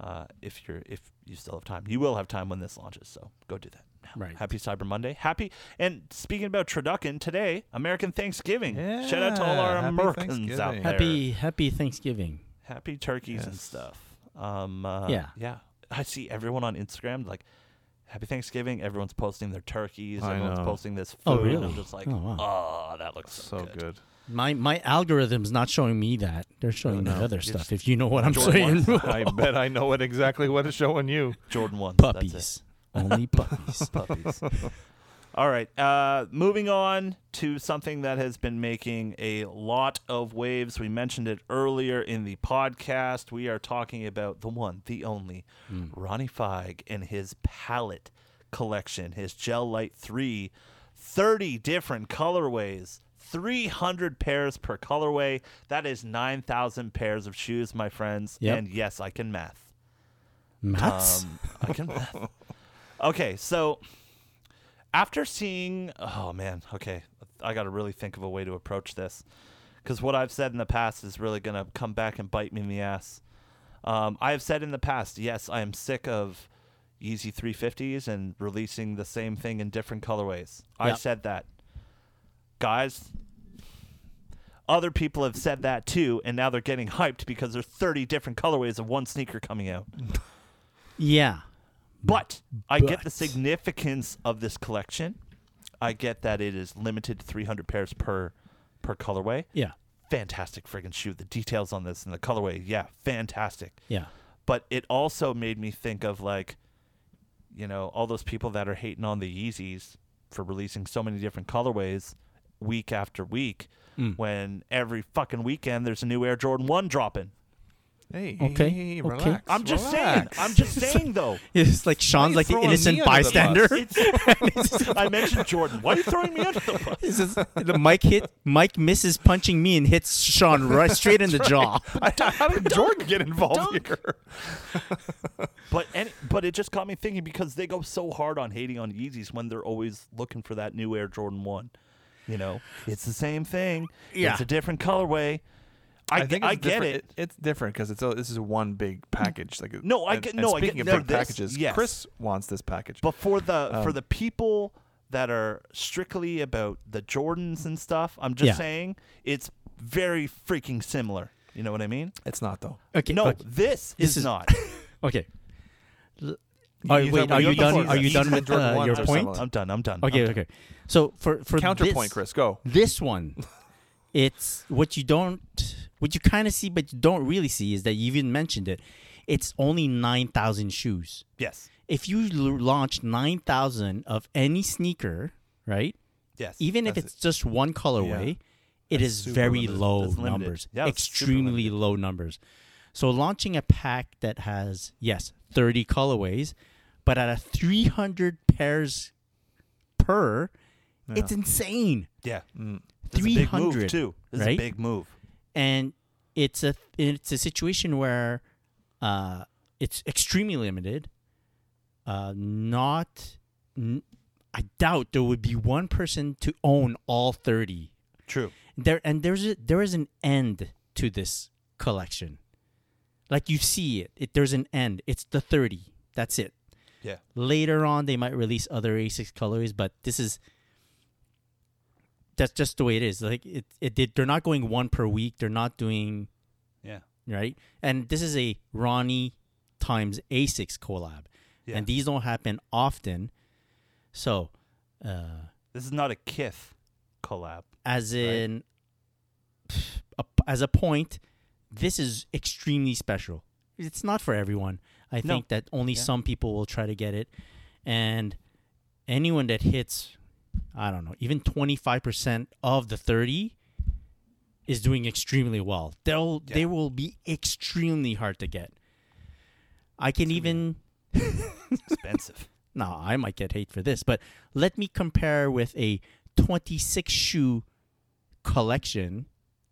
Speaker 2: uh, if you're if you still have time. You will have time when this launches, so go do that. now.
Speaker 3: Right.
Speaker 2: Happy Cyber Monday. Happy and speaking about Traduckin today, American Thanksgiving. Shout out to all our
Speaker 4: Yeah, happy
Speaker 2: Americans out there.
Speaker 4: Thanksgiving.
Speaker 3: happy happy Thanksgiving.
Speaker 2: happy turkeys and
Speaker 4: Yes.
Speaker 2: stuff. Um, uh,
Speaker 3: Yeah.
Speaker 2: yeah. I see everyone on Instagram like, "Happy Thanksgiving!" Everyone's posting their turkeys.
Speaker 4: I
Speaker 2: everyone's
Speaker 4: know.
Speaker 2: posting this food.
Speaker 3: Oh,
Speaker 2: And I'm
Speaker 3: really?
Speaker 2: just like,
Speaker 3: Oh,
Speaker 2: oh, that looks so,
Speaker 4: So good.
Speaker 3: My my algorithm's not showing me that. They're showing me
Speaker 2: no.
Speaker 3: other
Speaker 2: You're
Speaker 3: stuff.
Speaker 2: just-
Speaker 3: If you know what I'm
Speaker 2: Jordan
Speaker 3: saying.
Speaker 2: wants
Speaker 4: I bet I know what exactly what is showing you.
Speaker 2: Jordan won. That's it.
Speaker 3: puppies. Only puppies.
Speaker 2: Puppies. All right. Uh, moving on to something that has been making a lot of waves. We mentioned it earlier in the podcast. We are talking about the one, the only, Ronnie Feig and his palette collection, his Gel Light 3, 30 different colorways. 300 pairs per colorway. That is 9,000 pairs of shoes, my friends.
Speaker 3: Yep.
Speaker 2: And yes, I can math.
Speaker 3: Mats?
Speaker 2: Um, I can. okay, so after seeing, oh man, okay, I got to really think of a way to approach this because what I've said in the past is really gonna come back and bite me in the ass. Um, I have said in the past, yes, I am sick of Yeezy 350s and releasing the same thing in different colorways. I
Speaker 3: Yep.
Speaker 2: said that, guys. Other people have said that too, and now they're getting hyped because there's 30 different colorways of one sneaker coming out.
Speaker 3: yeah.
Speaker 2: But I get the
Speaker 3: But.
Speaker 2: significance of this collection. I get that it is limited to 300 pairs per per colorway.
Speaker 3: Yeah.
Speaker 2: Fantastic friggin' shoe. The details on this and the colorway, yeah, fantastic.
Speaker 3: Yeah.
Speaker 2: But it also made me think of like, you know, all those people that are hating on the Yeezys for releasing so many different colorways week after week,
Speaker 3: Mm.
Speaker 2: when every fucking weekend there's a new Air Jordan One dropping.
Speaker 4: Hey, hey,
Speaker 3: Okay,
Speaker 4: hey,
Speaker 3: okay.
Speaker 4: relax.
Speaker 2: I'm just
Speaker 4: relax.
Speaker 2: saying. I'm just saying though.
Speaker 3: It's like Sean's
Speaker 4: you
Speaker 3: like the
Speaker 4: throwing me
Speaker 3: innocent
Speaker 4: under the
Speaker 3: bystander.
Speaker 4: bus?
Speaker 2: It's- I mentioned Jordan. Why are you throwing me under the bus?
Speaker 3: It's just- the Mike hit Mike misses punching me and hits Sean right straight in the jaw.
Speaker 4: How did Jordan get involved
Speaker 2: dunk.
Speaker 4: here?
Speaker 2: But any, but it just got me thinking because they go so hard on hating on Yeezys when they're always looking for that new Air Jordan One. You know, it's the same thing.
Speaker 3: Yeah.
Speaker 2: it's a different colorway. I,
Speaker 4: think
Speaker 2: I
Speaker 4: it's
Speaker 2: get
Speaker 4: different-
Speaker 2: it.
Speaker 4: It's different because it's a, this is one big package. Like
Speaker 2: No, I
Speaker 4: and-
Speaker 2: get-
Speaker 4: and
Speaker 2: no, I
Speaker 4: Speaking
Speaker 2: get-
Speaker 4: of big
Speaker 2: no, this-
Speaker 4: packages,
Speaker 2: yes.
Speaker 4: Chris wants this package.
Speaker 2: But for the
Speaker 3: Um,
Speaker 2: for the people that are strictly about the Jordans and stuff, I'm just
Speaker 3: Yeah.
Speaker 2: saying it's very freaking similar. You know what I mean?
Speaker 4: it's not though.
Speaker 3: Okay.
Speaker 2: no,
Speaker 3: okay.
Speaker 2: this,
Speaker 3: This
Speaker 2: is,
Speaker 3: is-
Speaker 2: not.
Speaker 3: Okay. L- Are,
Speaker 4: You talking
Speaker 3: wait, are
Speaker 4: about
Speaker 3: you done?
Speaker 4: uniforms?
Speaker 3: Are you
Speaker 4: He's
Speaker 3: done
Speaker 4: in the
Speaker 3: with
Speaker 4: Jordan
Speaker 3: uh,
Speaker 4: ones
Speaker 3: your
Speaker 4: or
Speaker 3: point?
Speaker 4: something.
Speaker 2: I'm done. I'm done.
Speaker 3: Okay,
Speaker 2: I'm done.
Speaker 3: okay. So for for
Speaker 4: Counterpoint,
Speaker 3: this,
Speaker 4: Chris. Go.
Speaker 3: This one, it's what you don't, what you kind of see, but you don't really see is that you even mentioned it. It's only nine thousand shoes.
Speaker 2: Yes.
Speaker 3: If you l- launch nine thousand of any sneaker, right?
Speaker 2: Yes.
Speaker 3: Even if
Speaker 4: That's
Speaker 3: it's just one colorway, it is
Speaker 4: super
Speaker 3: very
Speaker 4: limited.
Speaker 3: low
Speaker 2: That's limited.
Speaker 3: numbers.
Speaker 2: Yeah, it's super
Speaker 3: extremely
Speaker 2: limited.
Speaker 3: low numbers. So launching a pack that has yes, 30 colorways, but at a 300 pairs per, it's insane.
Speaker 2: yeah.
Speaker 3: Mm.
Speaker 2: It's a big move
Speaker 3: 300
Speaker 2: too. This is a
Speaker 3: right?
Speaker 2: big move.
Speaker 3: and it's a it's a situation where uh, it's extremely limited. Uh, not, n- I doubt there would be one person to own all thirty.
Speaker 2: True.
Speaker 3: There and there's a, there is an end to this collection. Like you see it, it there's an end. It's the thirty. That's it.
Speaker 2: Yeah.
Speaker 3: Later on, they might release other A6 colorways, but this is that's just the way it is. Like it, it did, they're not going one per week. They're not doing
Speaker 2: Yeah.
Speaker 3: right, and this is a Ronnie times A6 collab,
Speaker 2: Yeah.
Speaker 3: and these don't happen often. So, uh,
Speaker 2: This is not a Kith collab.
Speaker 3: as in a, as a point, this is extremely special. It's not for everyone. I
Speaker 2: No.
Speaker 3: think that only
Speaker 2: Yeah.
Speaker 3: some people will try to get it, and anyone that hits, I don't know, even twenty five percent of the thirty is doing extremely well. They'll
Speaker 2: Yeah.
Speaker 3: they will be extremely hard to get. I can even
Speaker 2: Expensive.
Speaker 3: now I might get hate for this, but let me compare with a 26 shoe collection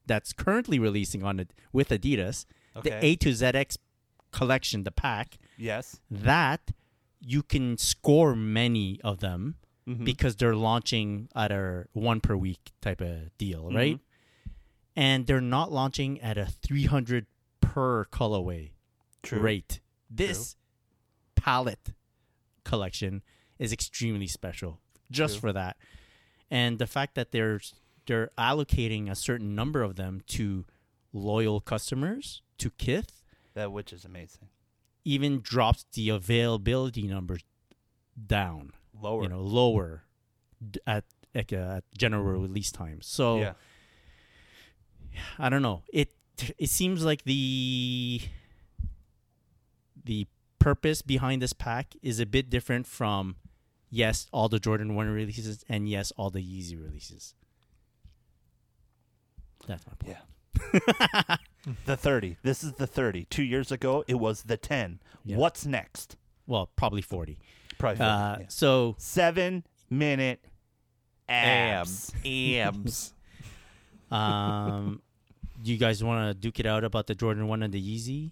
Speaker 3: that's currently releasing on it with Adidas, the
Speaker 2: Okay.
Speaker 3: A to ZX collection, the pack
Speaker 2: yes.
Speaker 3: that you can score many of them
Speaker 4: Mm-hmm.
Speaker 2: Mm-hmm.
Speaker 3: because they're launching at a one per week type of deal, right? And they're not launching at a 300 per colorway
Speaker 2: True.
Speaker 3: rate. This palette collection is extremely special just
Speaker 2: True.
Speaker 3: for that. And the fact that they're they're allocating a certain number of them to loyal customers, to Kith,
Speaker 2: That which is amazing.
Speaker 3: even drops the availability numbers down,
Speaker 2: Lower.
Speaker 3: you know, lower d- at like, uh, at general release time. So
Speaker 2: yeah.
Speaker 3: I don't know. It it seems like the the purpose behind this pack is a bit different from yes, all the Jordan 1 releases and yes, all the Yeezy releases. That's my point.
Speaker 2: Yeah. the 30. This is the 30. Two years ago, it was the 10.
Speaker 3: Yeah.
Speaker 2: What's next?
Speaker 3: Well, probably 40.
Speaker 2: Probably.
Speaker 3: Uh,
Speaker 2: 40, yeah.
Speaker 3: so
Speaker 2: Seven minute abs.
Speaker 4: Abs. Abs.
Speaker 3: um do you guys want to duke it out about the Jordan 1 and the Yeezy?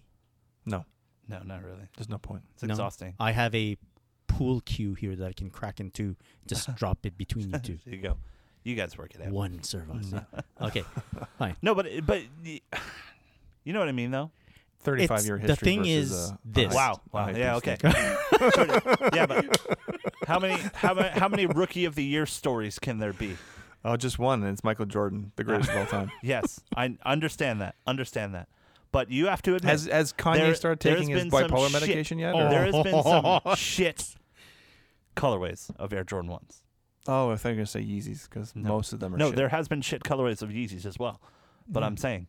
Speaker 4: no,
Speaker 2: No, not really.
Speaker 4: there's no point.
Speaker 2: It's exhausting.
Speaker 3: I have a pool cue here that I can crack into. Just drop it between you two.
Speaker 2: There you go. You guys work it out.
Speaker 3: One service. okay. Fine.
Speaker 2: No, but but y- you know what I mean, though.
Speaker 4: 35
Speaker 3: It's-
Speaker 4: year
Speaker 3: the
Speaker 4: history.
Speaker 3: thing
Speaker 4: versus
Speaker 3: is
Speaker 4: a- a hype-
Speaker 3: this.
Speaker 2: Wow.
Speaker 4: a
Speaker 2: Wow.
Speaker 4: hype
Speaker 2: Yeah. Okay.
Speaker 4: beast.
Speaker 2: yeah, but how many how many how many rookie of the year stories can there be?
Speaker 4: Oh, just one, and it's Michael Jordan, the greatest of all time.
Speaker 2: Yes, I understand that. Understand that. But you have to admit,
Speaker 4: Has has Kanye
Speaker 2: there-
Speaker 4: started
Speaker 2: there's
Speaker 4: taking his
Speaker 2: been some
Speaker 4: bipolar
Speaker 2: shit-
Speaker 4: medication yet? or-
Speaker 2: There has been
Speaker 4: Oh.
Speaker 2: some shit colorways of Air Jordan ones.
Speaker 4: Oh, I thought you were gonna say Yeezys because most of them are
Speaker 2: No,
Speaker 4: shit. Mm-hmm. Mm.
Speaker 2: there has been shit colorways of Yeezys as well. But I'm saying,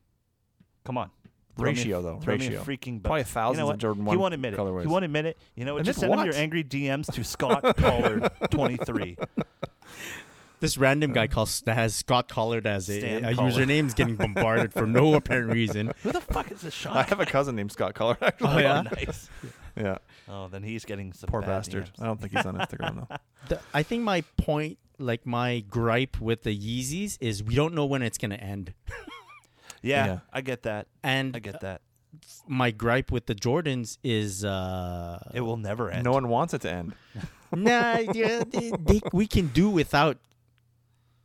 Speaker 2: come on. Throw me a-
Speaker 4: Ratio, though,
Speaker 2: Throw
Speaker 4: ratio.
Speaker 2: Me a freaking bone.
Speaker 4: Probably
Speaker 2: you
Speaker 4: thousands
Speaker 2: know
Speaker 4: of
Speaker 2: what?
Speaker 4: Jordan
Speaker 2: He
Speaker 4: 1
Speaker 2: won't admit it.
Speaker 4: colorways.
Speaker 2: He won't admit it. You know what?
Speaker 4: Admit
Speaker 2: Just send him your
Speaker 4: what?
Speaker 2: angry DMs to Scott Pollard 23.
Speaker 3: This random guy calls has Scott Collard as
Speaker 2: Uh, Stan
Speaker 3: a, a
Speaker 2: Collard.
Speaker 3: username is getting bombarded for no apparent reason.
Speaker 2: Who the fuck is this
Speaker 4: I
Speaker 2: Sean?
Speaker 4: have a cousin named Scott Collar. Actually.
Speaker 3: Oh yeah,
Speaker 2: nice.
Speaker 4: yeah.
Speaker 2: Oh, then he's getting some
Speaker 4: Poor
Speaker 2: bad
Speaker 4: bastard. Oh,
Speaker 2: DMs.
Speaker 4: I don't think he's on Instagram though.
Speaker 3: The- I think my point, like my gripe with the Yeezys, is we don't know when it's gonna end.
Speaker 2: Yeah,
Speaker 4: Yeah.
Speaker 2: I get that.
Speaker 3: And
Speaker 2: I get that.
Speaker 3: my gripe with the Jordans is, uh,
Speaker 2: It will never end.
Speaker 4: No one wants it to end.
Speaker 3: nah, yeah, they, they, we can do without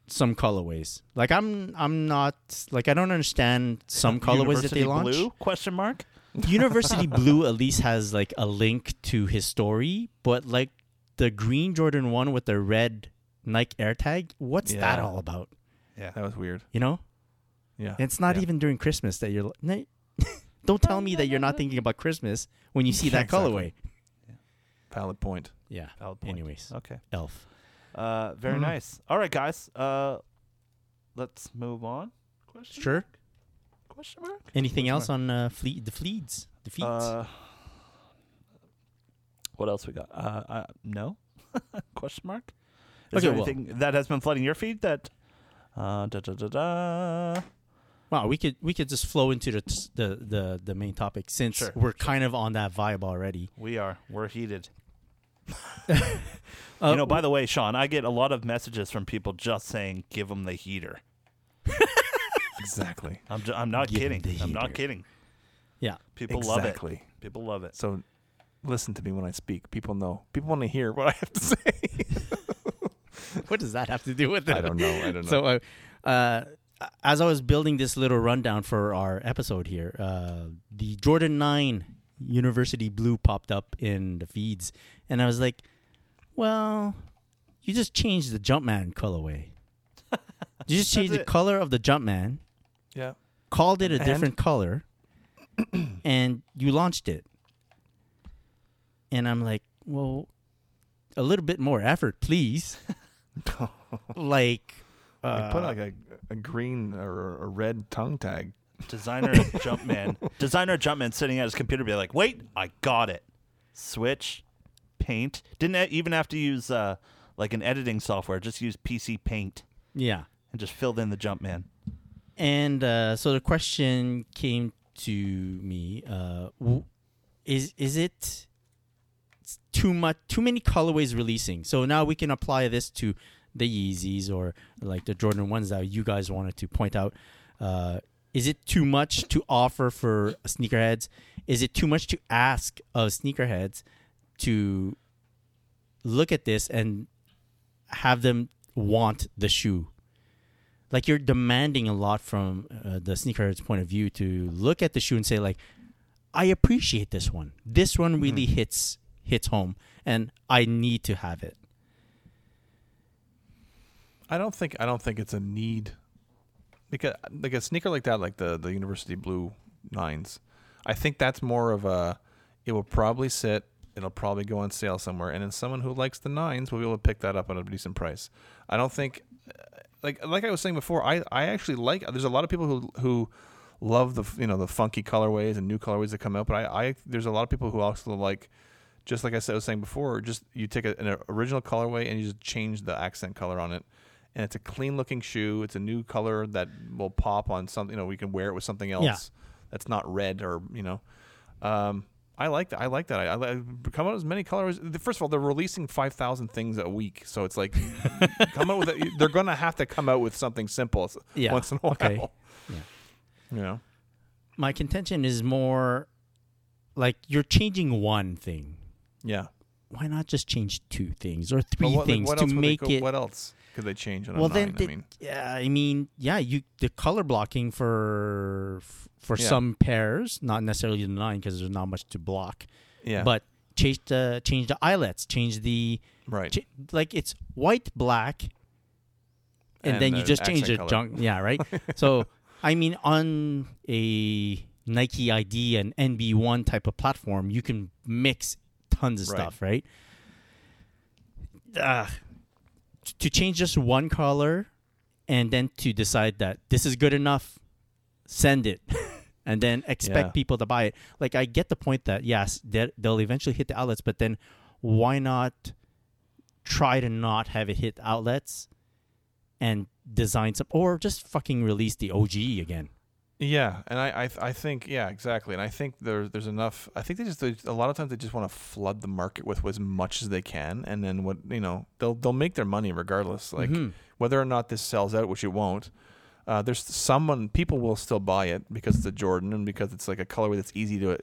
Speaker 3: some colorways. Like I'm, I'm not like I don't understand some colorways that they
Speaker 2: University
Speaker 3: launch.
Speaker 2: Blue? Question mark.
Speaker 3: University Blue at least has like a link to his story, but like the green Jordan one with the red Nike AirTag, what's that
Speaker 4: Yeah.
Speaker 3: all about?
Speaker 2: Yeah.
Speaker 4: That was weird.
Speaker 3: You know,
Speaker 4: Yeah.
Speaker 3: it's not
Speaker 4: Yeah.
Speaker 3: even during Christmas that you're. Like, don't tell me that you're not thinking about Christmas when you see that
Speaker 4: Exactly.
Speaker 3: colorway.
Speaker 4: Valid point.
Speaker 3: Yeah.
Speaker 2: Valid point.
Speaker 3: Anyways,
Speaker 2: Okay.
Speaker 3: Elf.
Speaker 2: Uh, very
Speaker 3: Mm-hmm.
Speaker 4: Mhm.
Speaker 2: nice. All right, guys. Uh, let's move on. Question.
Speaker 3: Sure.
Speaker 2: Question mark.
Speaker 3: Anything
Speaker 2: Question
Speaker 3: else on uh, fle- the fleets? The feeds?
Speaker 2: Uh, what else we got? Uh, uh no. Question mark. Is
Speaker 3: Okay,
Speaker 2: there
Speaker 3: well-
Speaker 2: anything that has been flooding your feed that? Uh, da da da da.
Speaker 3: wow, we could we could just flow into the t- the, the the main topic since
Speaker 2: Sure,
Speaker 3: we're kind of on that vibe already.
Speaker 2: We are. We're heated.
Speaker 3: Uh,
Speaker 2: you know, by the way, Sean, I get a lot of messages from people just saying, "Give them the heater."
Speaker 4: Exactly.
Speaker 2: I'm, ju- I'm not
Speaker 3: Give 'em
Speaker 2: kidding.
Speaker 3: the
Speaker 2: I'm not
Speaker 3: heater.
Speaker 2: kidding.
Speaker 3: yeah.
Speaker 2: People love
Speaker 4: exactly.
Speaker 2: it. People love it.
Speaker 4: So listen to me when I speak. People know. People want to hear what I have to say.
Speaker 3: what does that have to do with it?
Speaker 4: I don't know. I don't know.
Speaker 3: So, uh, uh, as I was building this little rundown for our episode here, uh, the Jordan 9 University Blue popped up in the feeds. And I was like, well, you just changed the Jumpman colorway. you just changed the
Speaker 2: it.
Speaker 3: color of the Jumpman,
Speaker 4: yeah.
Speaker 3: called it a
Speaker 4: And?
Speaker 3: different color, and you launched it. And I'm like, well, a little bit more effort, please. like,
Speaker 4: I put like a, a green or a red tongue tag.
Speaker 2: Designer Jumpman. Designer Jumpman sitting at his computer, be like, "Wait, I got it." Switch, paint. Didn't e- even have to use uh, like an editing software. Just use PC Paint
Speaker 3: yeah.
Speaker 2: and just filled in the Jumpman.
Speaker 3: And uh, so the question came to me: uh, w- Is is it s- too much? Too many colorways releasing? So now we can apply this to the Yeezys or like the Jordan ones that you guys wanted to point out. Uh, is it too much to offer for sneakerheads? Is it too much to ask of sneakerheads to look at this and have them want the shoe like you're demanding a lot from uh, the sneakerhead's point of view to look at the shoe and say like i appreciate this one this
Speaker 4: Hmm.
Speaker 3: one really hits hits home and i need to have it
Speaker 4: I don't think I don't think it's a need because like a sneaker like that, like the the University Blue Nines. I think that's more of a. It will probably sit. It'll probably go on sale somewhere, and then someone who likes the nines will be able to pick that up at a decent price. I don't think, uh, like like I was saying before, I I actually like. There's a lot of people who who love the you know the funky colorways and new colorways that come out, but I I there's a lot of people who also like. Just like I said, I was saying before, just you take a, an original colorway and you just change the accent color on it, and it's a clean looking shoe. It's a new color that will pop on something. You know, we can wear it with something else that's not red or you know. Um, I like that. I like that. I, I li- come out as many colors. First of all, they're releasing five thousand things a week, so it's like come out with. A, they're gonna have to come out with something simple s-
Speaker 3: Yeah,
Speaker 4: once in a while.
Speaker 3: okay. Yeah.
Speaker 4: You know.
Speaker 3: my contention is more like you're changing one thing
Speaker 4: Yeah.
Speaker 3: why not just change two things or
Speaker 4: But
Speaker 3: three
Speaker 4: what, like,
Speaker 3: things
Speaker 4: what
Speaker 3: to
Speaker 4: else would they
Speaker 3: make
Speaker 4: go-
Speaker 3: it
Speaker 4: What else could they change? On
Speaker 3: well
Speaker 4: a nine?
Speaker 3: then the,
Speaker 4: I mean,
Speaker 3: yeah i mean yeah you the color blocking for for
Speaker 4: Yeah.
Speaker 3: some pairs not necessarily the nine because there's not much to block
Speaker 4: yeah.
Speaker 3: but change the change the eyelets, change the
Speaker 4: right.
Speaker 3: ch- like it's white black, and,
Speaker 4: And
Speaker 3: then you
Speaker 4: the
Speaker 3: just change the
Speaker 4: accent color.
Speaker 3: junk. Yeah, right. so I mean, on a Nike ID and NB one type of platform, you can mix tons of
Speaker 4: Right.
Speaker 3: stuff, right? Ugh. T- to change just one color, and then to decide that this is good enough, send it. and then expect
Speaker 4: Yeah.
Speaker 3: people to buy it. Like I get the point that yes, that they'll eventually hit the outlets, but then why not try to not have it hit outlets and design some or just fucking release the OG again.
Speaker 4: Yeah, and I, I th- I think yeah exactly, and I think there's there's enough. I think they just they, a lot of times they just want to flood the market with as much as they can, and then what you know they'll they'll make their money regardless, like
Speaker 3: Mhm.
Speaker 4: whether or not this sells out, which it won't. Uh, there's someone people will still buy it because it's a Jordan and because it's like a colorway that's easy to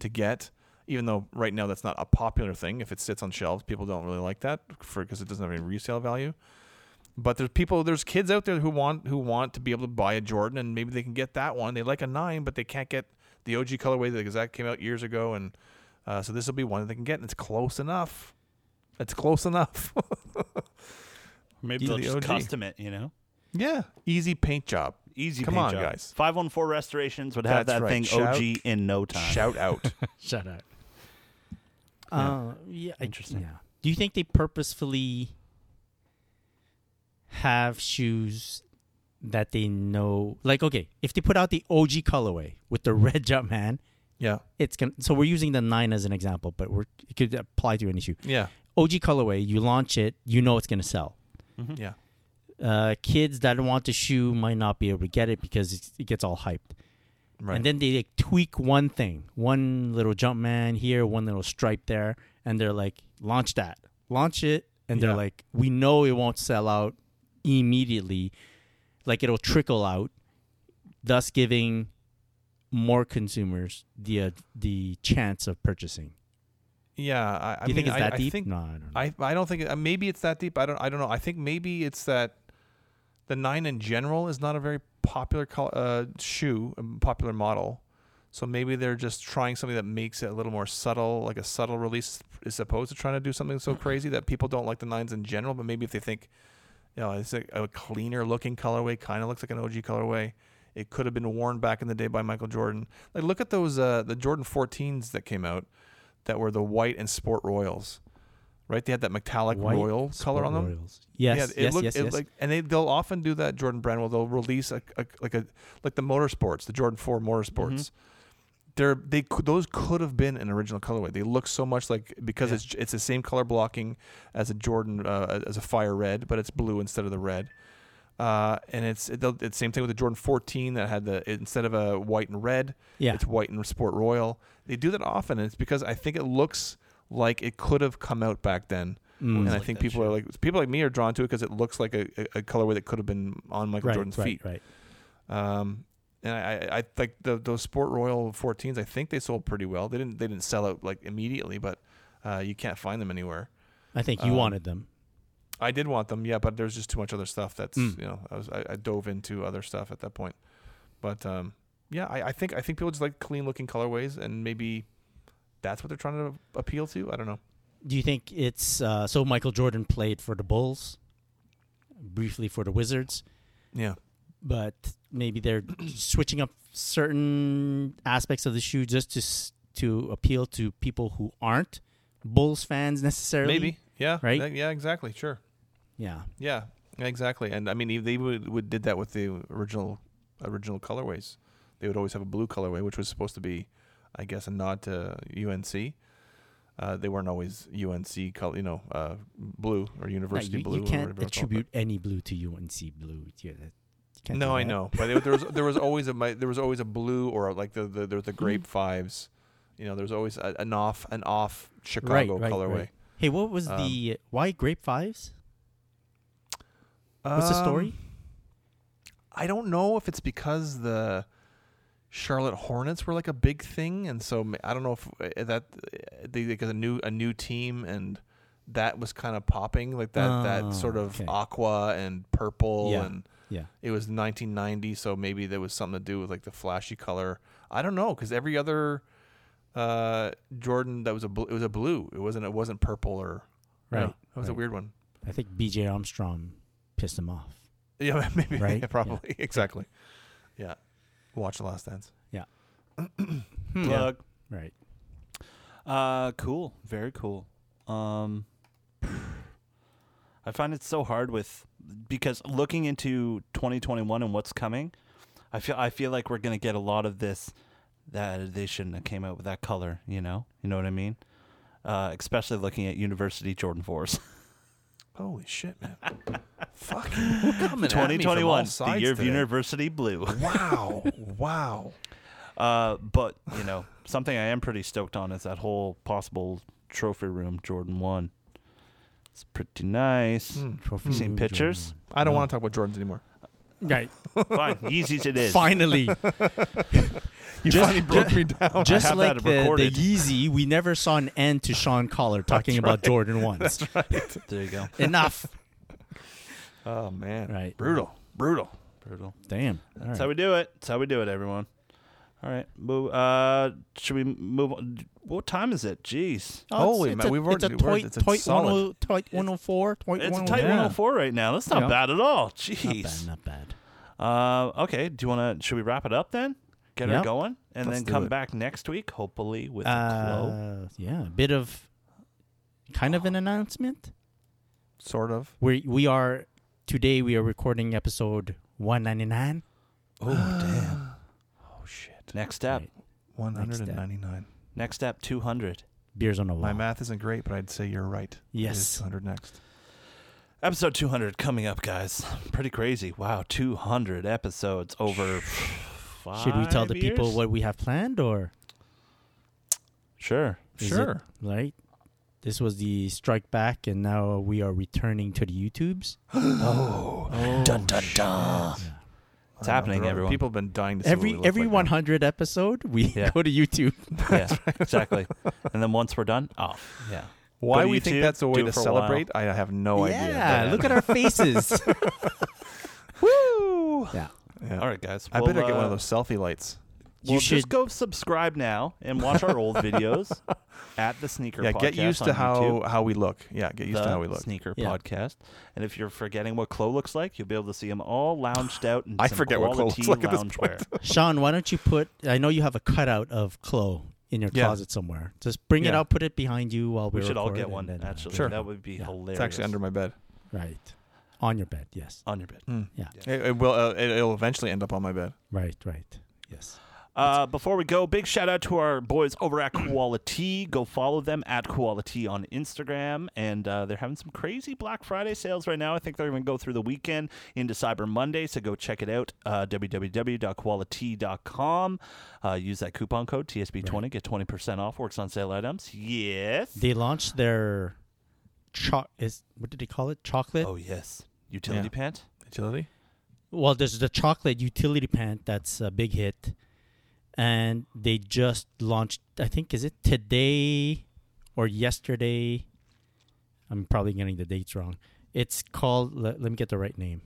Speaker 4: to get. Even though right now that's not a popular thing. If it sits on shelves, people don't really like that for because it doesn't have any resale value. But there's people, there's kids out there who want who want to be able to buy a Jordan, and maybe they can get that one. They like a nine, but they can't get the OG colorway because that came out years ago, and uh, so this will be one that they can get, and it's close enough. It's close enough.
Speaker 2: Maybe
Speaker 4: He's
Speaker 2: they'll
Speaker 4: the
Speaker 2: just
Speaker 4: OG.
Speaker 2: custom it. You know,
Speaker 4: yeah, easy paint job.
Speaker 2: easy.
Speaker 4: Come
Speaker 2: paint
Speaker 4: on,
Speaker 2: job.
Speaker 4: guys.
Speaker 2: Five one four restorations would have
Speaker 4: That's
Speaker 2: that
Speaker 4: right.
Speaker 2: thing
Speaker 4: Shout-
Speaker 2: OG in no time.
Speaker 4: Shout out.
Speaker 3: Shut up. Uh, yeah. I-
Speaker 2: Interesting.
Speaker 3: yeah. Do you think they purposefully have shoes that they know? Like, okay, if they put out the OG colorway with the red Jumpman,
Speaker 4: Yeah.
Speaker 3: it's gonna. So we're using the nine as an example, but we're it could apply to any shoe.
Speaker 4: Yeah.
Speaker 3: OG colorway, you launch it, you know it's gonna sell. Mm-hmm.
Speaker 4: Yeah.
Speaker 3: Uh, kids that want the shoe might not be able to get it because it's- it gets all hyped.
Speaker 4: Right.
Speaker 3: And then they like, tweak one thing, one little jump man here, one little stripe there, and they're like, launch that, launch it, and
Speaker 4: Yeah.
Speaker 3: they're like, we know it won't sell out immediately, like it'll trickle out, thus giving more consumers the uh, the chance of purchasing.
Speaker 4: yeah. I, I
Speaker 3: Do you
Speaker 4: mean,
Speaker 3: think it's that
Speaker 4: I,
Speaker 3: deep?
Speaker 4: I think
Speaker 3: no, I don't know.
Speaker 4: I I don't think uh, maybe it's that deep. I don't I don't know. I think maybe it's that the nine in general is not a very popular col uh, shoe, um, popular model. So maybe they're just trying something that makes it a little more subtle, like a subtle release is opposed to trying to do something
Speaker 3: Mm-hmm.
Speaker 4: so crazy that people don't like the nines in general. But maybe if they think, you know, it's a, a cleaner looking colorway, kind of looks like an OG colorway. It could have been worn back in the day by Michael Jordan. Like look at those uh, the Jordan 14s that came out that were the white and sport royals. Right? They had that metallic
Speaker 3: White
Speaker 4: royal color
Speaker 3: Sport
Speaker 4: on them.
Speaker 3: Royals. Yes,
Speaker 4: yeah, it
Speaker 3: yes,
Speaker 4: looked
Speaker 3: yes,
Speaker 4: it
Speaker 3: yes.
Speaker 4: like and they they'll often do that Jordan brand well they'll release a, a like a like the motorsports, the Jordan 4 motorsports.
Speaker 3: Mm-hmm.
Speaker 4: They're they could, those could have been an original colorway. They look so much like because
Speaker 2: Yeah.
Speaker 4: it's it's the same color blocking as a Jordan uh, as a fire red, but it's blue instead of the red. Uh, and it's it, they'll- it's same thing with the Jordan 14 that had the instead of a white and red,
Speaker 3: yeah.
Speaker 4: it's white and sport royal. They do that often, and it's because I think it looks like it could have come out back then.
Speaker 3: Mm.
Speaker 4: And I
Speaker 2: like
Speaker 4: think
Speaker 2: that
Speaker 4: people are like people like me are drawn to it because it looks like a, a, a colorway that could have been on Michael
Speaker 3: right,
Speaker 4: Jordan's
Speaker 3: right,
Speaker 4: feet.
Speaker 3: right.
Speaker 4: Um, and I, I, I like the, those Sport Royal 14s. I think they sold pretty well. They didn't they didn't sell out like immediately, but uh, you can't find them anywhere.
Speaker 3: I think you
Speaker 4: Um,
Speaker 3: wanted them.
Speaker 4: I did want them, yeah, but there's just too much other stuff that's
Speaker 3: Mm.
Speaker 4: you know I was I, I dove into other stuff at that point, but um, yeah, I, I think I think people just like clean looking colorways, and maybe that's what they're trying to appeal to. I don't know.
Speaker 3: Do you think it's uh, so? Michael Jordan played for the Bulls, briefly for the Wizards,
Speaker 4: Yeah,
Speaker 3: but maybe they're switching up certain aspects of the shoe just to s- to appeal to people who aren't Bulls fans necessarily.
Speaker 4: maybe. Yeah,
Speaker 3: Right?
Speaker 4: that- Yeah, exactly. Sure.
Speaker 3: Yeah.
Speaker 4: Yeah, exactly. And I mean, e- they would, would did that with the original original colorways. They would always have a blue colorway, which was supposed to be, I guess, a nod to UNC. Uh, they weren't always UNC color, you know, uh, blue or
Speaker 3: No,
Speaker 4: university
Speaker 3: you, you
Speaker 4: blue. or
Speaker 3: can't
Speaker 4: whatever it's called,
Speaker 3: attribute any blue to UNC blue. Yeah, that, you
Speaker 4: but-
Speaker 3: can't do
Speaker 4: No, I
Speaker 3: that.
Speaker 4: know, but it, there was there was always a mi- there was always a blue or a- like the, the there was the
Speaker 3: Mm.
Speaker 4: grape fives. You know, there was always a, an off an off Chicago
Speaker 3: right,
Speaker 4: colorway.
Speaker 3: right. Hey, what was
Speaker 4: Um,
Speaker 3: the why grape fives? What's the
Speaker 4: Um,
Speaker 3: story?
Speaker 4: I don't know if it's because the Charlotte Hornets were like a big thing, and so ma- I don't know if uh, that uh, they they got a new a new team and that was kind of popping like that
Speaker 3: Oh,
Speaker 4: that sort of
Speaker 3: okay.
Speaker 4: aqua and purple
Speaker 3: Yeah.
Speaker 4: and
Speaker 3: Yeah.
Speaker 4: it was 1990 so maybe there was something to do with like the flashy color i don't know because every other uh jordan that was a bl- it was a blue it wasn't it wasn't purple or I don't
Speaker 3: Right.
Speaker 4: know. it was a
Speaker 3: right.
Speaker 4: weird one
Speaker 3: I think B.J. Armstrong pissed him off.
Speaker 4: yeah, maybe.
Speaker 3: Right?
Speaker 4: Yeah,
Speaker 3: Yeah.
Speaker 4: probably. Exactly. Yeah. Watch The Last Dance.
Speaker 3: Hmm.
Speaker 2: Plug.
Speaker 3: Right.
Speaker 2: Uh, cool. Very cool. Um, I find it so hard with because looking into 2021 and what's coming, I feel I feel like we're gonna get a lot of this that they shouldn't have came out with that color. You know, you know what I mean. Uh, especially looking at University Jordan fours.
Speaker 4: Holy shit, man. Fuck. We're coming at me from all
Speaker 2: 2021, the
Speaker 4: sides
Speaker 2: year of
Speaker 4: today.
Speaker 2: University Blue.
Speaker 4: Wow. Wow.
Speaker 2: Uh, but you know, something I am pretty stoked on is that whole possible trophy room Jordan one. It's pretty nice.
Speaker 4: Hmm.
Speaker 3: Trophy
Speaker 2: You seen
Speaker 3: room,
Speaker 2: pictures?
Speaker 4: I don't
Speaker 3: No.
Speaker 4: want to talk about Jordans anymore.
Speaker 3: Jordan. Right.
Speaker 2: Fine, Yeezys it is.
Speaker 3: Finally.
Speaker 4: You
Speaker 3: Just-
Speaker 4: finally broke me down.
Speaker 2: I
Speaker 3: Just
Speaker 2: have
Speaker 3: like
Speaker 2: that
Speaker 3: the, the
Speaker 2: recorded.
Speaker 3: Yeezy, we never saw an end to Sean Collar talking about Jordan once.
Speaker 2: There you go.
Speaker 3: Enough.
Speaker 4: Oh, man.
Speaker 3: Right.
Speaker 4: Brutal. Brutal.
Speaker 2: Brutal.
Speaker 3: Damn. All
Speaker 2: That's
Speaker 3: right.
Speaker 2: how we do it. That's how we do it, everyone. All right. Move. Uh, should we move? on? What time is it? Jeez.
Speaker 3: Oh, it's-
Speaker 4: Holy
Speaker 3: it's
Speaker 4: man,
Speaker 3: a-
Speaker 4: we've already-
Speaker 3: it's a
Speaker 4: we're-
Speaker 3: toy,
Speaker 4: it's a
Speaker 3: toy
Speaker 4: solid-
Speaker 3: 10 toy 104, toy
Speaker 2: It's a
Speaker 3: 101.
Speaker 2: tight 104 right now. That's not
Speaker 3: Yeah.
Speaker 2: bad at all.
Speaker 3: oh Not
Speaker 2: Jeez.
Speaker 3: bad, not bad.
Speaker 2: Uh, okay. Do you want to? Should we wrap it up then? Get her
Speaker 3: Yep.
Speaker 2: going, and
Speaker 4: Let's
Speaker 2: then
Speaker 4: do
Speaker 2: come
Speaker 4: it.
Speaker 2: back next week, hopefully with a glow.
Speaker 3: Uh, yeah, a bit of kind of an announcement.
Speaker 4: Sort of.
Speaker 3: We we are today we are recording episode 199.
Speaker 2: Oh damn!
Speaker 4: Oh shit.
Speaker 2: Next step.
Speaker 3: Right.
Speaker 4: One
Speaker 3: Next
Speaker 4: hundred
Speaker 3: step.
Speaker 4: and ninety-nine.
Speaker 2: Next step. Two hundred.
Speaker 3: Beers on the wall.
Speaker 4: My math isn't great, but I'd say you're right.
Speaker 3: Yes.
Speaker 4: Two hundred next.
Speaker 2: Episode two hundred coming up, guys. Pretty crazy. Wow, two hundred episodes over.
Speaker 3: Should we tell
Speaker 2: five
Speaker 3: the people
Speaker 2: years?
Speaker 3: what we have planned or
Speaker 2: Sure.
Speaker 3: Is it- right? This was the strike back, and now we are returning to the YouTubes.
Speaker 2: Oh. dun dun dun. It's
Speaker 4: I don't know,
Speaker 2: happening,
Speaker 4: there are-
Speaker 2: everyone.
Speaker 4: People have been dying to see what we
Speaker 3: Every
Speaker 4: look
Speaker 3: every
Speaker 4: like now.
Speaker 3: 100 episode, we
Speaker 2: Yeah.
Speaker 3: go to YouTube.
Speaker 2: yeah, exactly. And then once we're done, oh, yeah.
Speaker 4: Why
Speaker 2: Go to
Speaker 4: we think
Speaker 2: YouTube,
Speaker 4: that's a way
Speaker 2: do it
Speaker 4: to
Speaker 2: for while.
Speaker 4: celebrate, I have no idea.
Speaker 3: yeah, look at our faces.
Speaker 2: Woo!
Speaker 3: yeah,
Speaker 4: Yeah.
Speaker 2: All right, guys.
Speaker 4: I
Speaker 2: we'll,
Speaker 4: better get one
Speaker 2: uh,
Speaker 4: of those selfie lights.
Speaker 2: We'll
Speaker 3: You
Speaker 2: just
Speaker 3: should-
Speaker 2: go subscribe now and watch our old videos at the Sneaker
Speaker 4: Yeah,
Speaker 2: Podcast.
Speaker 4: get used to
Speaker 2: on
Speaker 4: how
Speaker 2: YouTube,
Speaker 4: how we look. Yeah, get used
Speaker 2: the
Speaker 4: to how we look.
Speaker 2: Sneaker
Speaker 3: Yeah.
Speaker 2: Podcast. And if you're forgetting what Chloe looks like, you'll be able to see him all lounged out in
Speaker 4: I
Speaker 2: some
Speaker 4: forget what Chloe
Speaker 2: quality
Speaker 4: looks like at this
Speaker 2: loungewear.
Speaker 3: Sean, why don't you put? I know you have a cutout of Chloe in your
Speaker 4: Yeah.
Speaker 3: closet somewhere. Just bring it
Speaker 4: Yeah.
Speaker 3: out, put it behind you while we,
Speaker 2: we should all
Speaker 3: record,
Speaker 2: get
Speaker 3: and
Speaker 2: one.
Speaker 3: then, uh,
Speaker 2: actually,
Speaker 4: Sure.
Speaker 2: that would be
Speaker 3: Yeah.
Speaker 2: hilarious.
Speaker 4: It's actually under my bed. Hmm.
Speaker 3: right on your bed. Yes,
Speaker 2: on your bed.
Speaker 3: yeah,
Speaker 4: It, it will. Uh, it, it'll eventually end up on my bed.
Speaker 3: right, right, yes.
Speaker 2: Uh, before we go, big shout out to our boys over at Quality. Go follow them at Quality on Instagram, and uh, they're having some crazy Black Friday sales right now. I think they're going to go through the weekend into Cyber Monday, so go check it out. Uh, www.quality.com. Uh, use that coupon code TSB20, get twenty percent off. Works on sale items. Yes.
Speaker 3: They launched their choc is what did they call it? Chocolate.
Speaker 2: Oh yes. Utility
Speaker 4: Yeah.
Speaker 2: pant.
Speaker 4: Agility.
Speaker 3: Well, there's the chocolate utility pant that's a big hit, and they just launched. I think is it today or yesterday? I'm probably getting the dates wrong. It's called. Let, let me get the right name.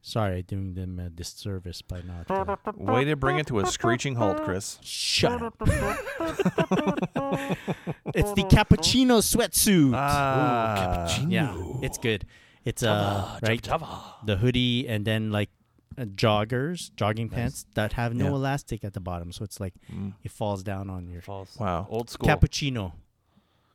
Speaker 3: Sorry, I'm doing them a disservice by not. uh,
Speaker 4: Way to bring it to a screeching halt, Chris.
Speaker 3: shut up. it's the cappuccino sweatsuit.
Speaker 4: Ah,
Speaker 3: yeah, it's good. It's uh, right
Speaker 2: Java.
Speaker 3: the hoodie and then like uh, joggers, jogging pants that have no
Speaker 4: Yeah.
Speaker 3: elastic at the bottom, so it's like
Speaker 4: Mm.
Speaker 3: it falls down on your
Speaker 2: Falls.
Speaker 4: Wow.
Speaker 2: Old school.
Speaker 3: cappuccino.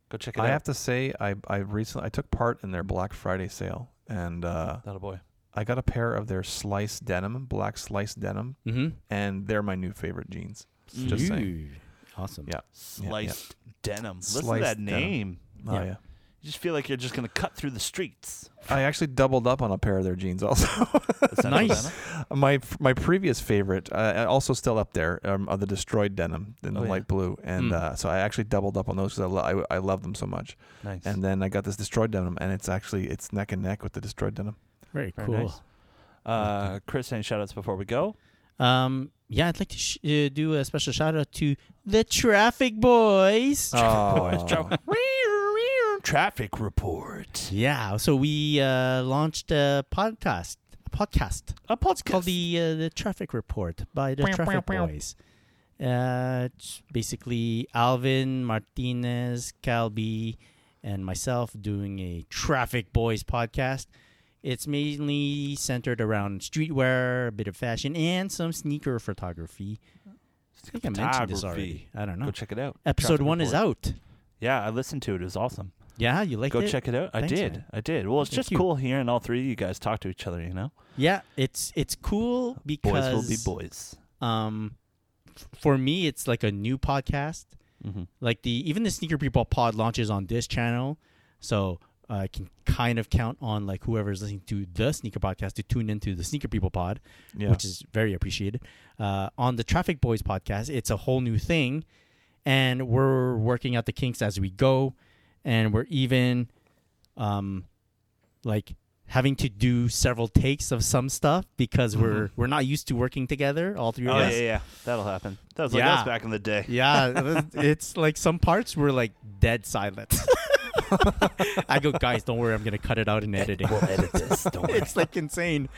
Speaker 2: go check it
Speaker 4: I
Speaker 2: out.
Speaker 4: have to say, I I recently I took part in their Black Friday sale, and uh,
Speaker 2: that a boy.
Speaker 4: I got a pair of their sliced denim, black sliced denim,
Speaker 3: Mm-hmm.
Speaker 4: and they're my new favorite jeans. Just saying.
Speaker 3: Awesome.
Speaker 4: Yeah. yeah.
Speaker 2: Sliced denim. Listen to
Speaker 4: Sliced
Speaker 2: that
Speaker 4: denim.
Speaker 2: name.
Speaker 4: Oh
Speaker 3: Yeah.
Speaker 4: yeah.
Speaker 2: You just feel like you're just gonna cut through the streets.
Speaker 4: I actually doubled up on a pair of their jeans. Also,
Speaker 3: Nice.
Speaker 4: my my previous favorite, uh, also still up there, um, are the destroyed denim in the
Speaker 2: Oh, yeah.
Speaker 4: light blue, and
Speaker 3: Mm.
Speaker 4: uh, so I actually doubled up on those because I, lo- I I love them so much.
Speaker 2: Nice.
Speaker 4: And then I got this destroyed denim, and it's actually it's neck and neck with the destroyed denim.
Speaker 3: Very,
Speaker 2: Very
Speaker 3: cool.
Speaker 2: nice. uh, Chris, any shout outs before we go?
Speaker 3: Um, yeah, I'd like to sh- uh, do a special shout out to the Traffic Boys.
Speaker 4: Oh,
Speaker 2: Traffic report.
Speaker 3: Yeah. So we uh, launched a podcast. A podcast.
Speaker 2: A podcast.
Speaker 3: It's called the uh, the Traffic Report by the
Speaker 1: Meow,
Speaker 3: Traffic
Speaker 1: meow, meow.
Speaker 3: Boys. Uh, it's basically Alvin Martinez, Calby, and myself doing a Traffic Boys podcast. It's mainly centered around streetwear, a bit of fashion, and some sneaker photography. I think I mentioned this already. I don't know.
Speaker 2: Go check it out.
Speaker 3: Episode
Speaker 2: Traffic
Speaker 3: one is
Speaker 2: report.
Speaker 3: out.
Speaker 2: Yeah, I listened to it. It was awesome.
Speaker 3: Yeah, you like
Speaker 2: go
Speaker 3: it?
Speaker 2: check it out. I
Speaker 3: Thanks,
Speaker 2: did.
Speaker 3: man.
Speaker 2: I did. Well, it's
Speaker 3: Thank
Speaker 2: just
Speaker 3: you.
Speaker 2: cool hearing all three of you guys talk to each other. You know,
Speaker 3: Yeah, it's it's cool because
Speaker 2: boys will be boys.
Speaker 3: um f- for me it's like a new podcast
Speaker 2: Mm-hmm.
Speaker 3: like the even the sneaker people pod launches on this channel so uh, i can kind of count on like whoever's listening to the sneaker podcast to tune into the sneaker people pod
Speaker 4: yeah.
Speaker 3: which is very appreciated uh, on the traffic boys podcast it's a whole new thing and we're working out the kinks as we go and we're even um like having to do several takes of some stuff because we're we're not used to working together all three of
Speaker 2: Mm-hmm. Oh yeah,
Speaker 3: us
Speaker 2: yeah, yeah. that'll happen. That was like
Speaker 3: Yeah.
Speaker 2: us back in the day.
Speaker 3: yeah, it was- it's like some parts were like dead silent. I go, guys, don't worry, I'm gonna cut it out in editing.
Speaker 2: We'll edit this. Don't worry.
Speaker 3: It's like insane.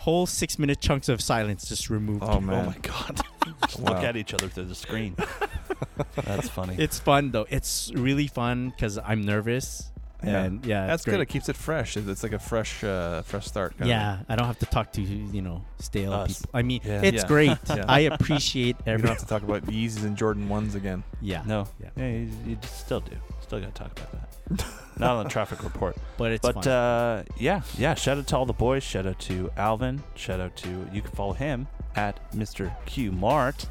Speaker 3: Whole six minute chunks of silence just removed.
Speaker 4: Oh man.
Speaker 2: Oh my god! Just
Speaker 4: Wow.
Speaker 2: Look at each other through the screen. That's funny.
Speaker 3: It's fun though. It's really fun because I'm nervous
Speaker 4: Yeah.
Speaker 3: And yeah,
Speaker 4: That's
Speaker 3: it's
Speaker 4: good. It
Speaker 3: great.
Speaker 4: keeps it fresh. It's- It's like a fresh, uh, fresh start. kinda.
Speaker 3: Yeah, I don't have to talk to you know stale
Speaker 2: Us.
Speaker 3: people. I mean,
Speaker 2: Yeah.
Speaker 3: it's
Speaker 4: Yeah.
Speaker 3: great.
Speaker 4: Yeah.
Speaker 3: I appreciate
Speaker 4: We
Speaker 3: every.
Speaker 4: don't have to talk about Yeezys and Jordan ones again.
Speaker 3: Yeah,
Speaker 2: No.
Speaker 3: Yeah.
Speaker 2: Yeah, you, you just still do. Still got to talk about that. Not on the traffic report.
Speaker 3: but it's
Speaker 2: but
Speaker 3: fun.
Speaker 2: uh, yeah, yeah. Shout out to all the boys. Shout out to Alvin. Shout out to you can follow him at Mr. Q Mart.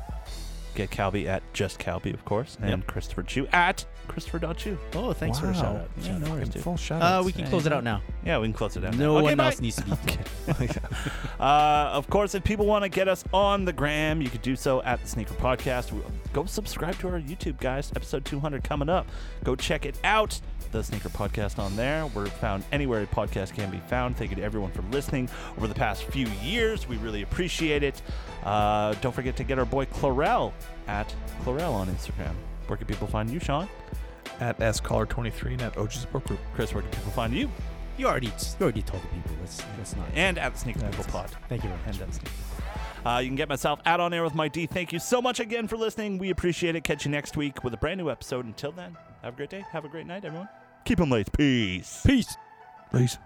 Speaker 2: Get Calby at just Calby, of course, and
Speaker 3: Yep.
Speaker 2: Christopher Chu at Christopher.chu.
Speaker 3: oh, thanks for a shout
Speaker 4: Wow.
Speaker 3: out.
Speaker 2: Yeah, no worries,
Speaker 4: Fucking
Speaker 2: dude.
Speaker 4: Full shout
Speaker 3: Uh, we can
Speaker 2: Yeah,
Speaker 3: close it
Speaker 2: yeah.
Speaker 3: out now.
Speaker 2: Yeah, we can close it down.
Speaker 3: No
Speaker 2: now.
Speaker 3: one
Speaker 2: Okay, bye.
Speaker 3: else needs to be.
Speaker 2: Uh, of course, if people want to get us on the gram, you could do so at the Sneaker Podcast. We- Go subscribe to our YouTube, guys. Episode 200 coming up. Go check it out. The Sneaker Podcast on there. We're found anywhere a podcast can be found. Thank you to everyone for listening over the past few years. We really appreciate it. Uh, don't forget to get our boy Chlorel at Chlorel on Instagram. Where can people find you, Sean?
Speaker 4: at S Caller 23 and at OG Support Group.
Speaker 2: Chris, where can people find you?
Speaker 3: You already, you already told the people. Let's, let's not.
Speaker 2: And at the Sneaker People
Speaker 3: it's-
Speaker 2: Pod.
Speaker 3: Thank you very much.
Speaker 2: And that's uh, you can get myself out on air with my D. Thank you so much again for listening. We appreciate it. Catch you next week with a brand new episode. Until then, have a great day. Have a great night, everyone. Keep them late. Peace.
Speaker 3: Peace.
Speaker 4: Please.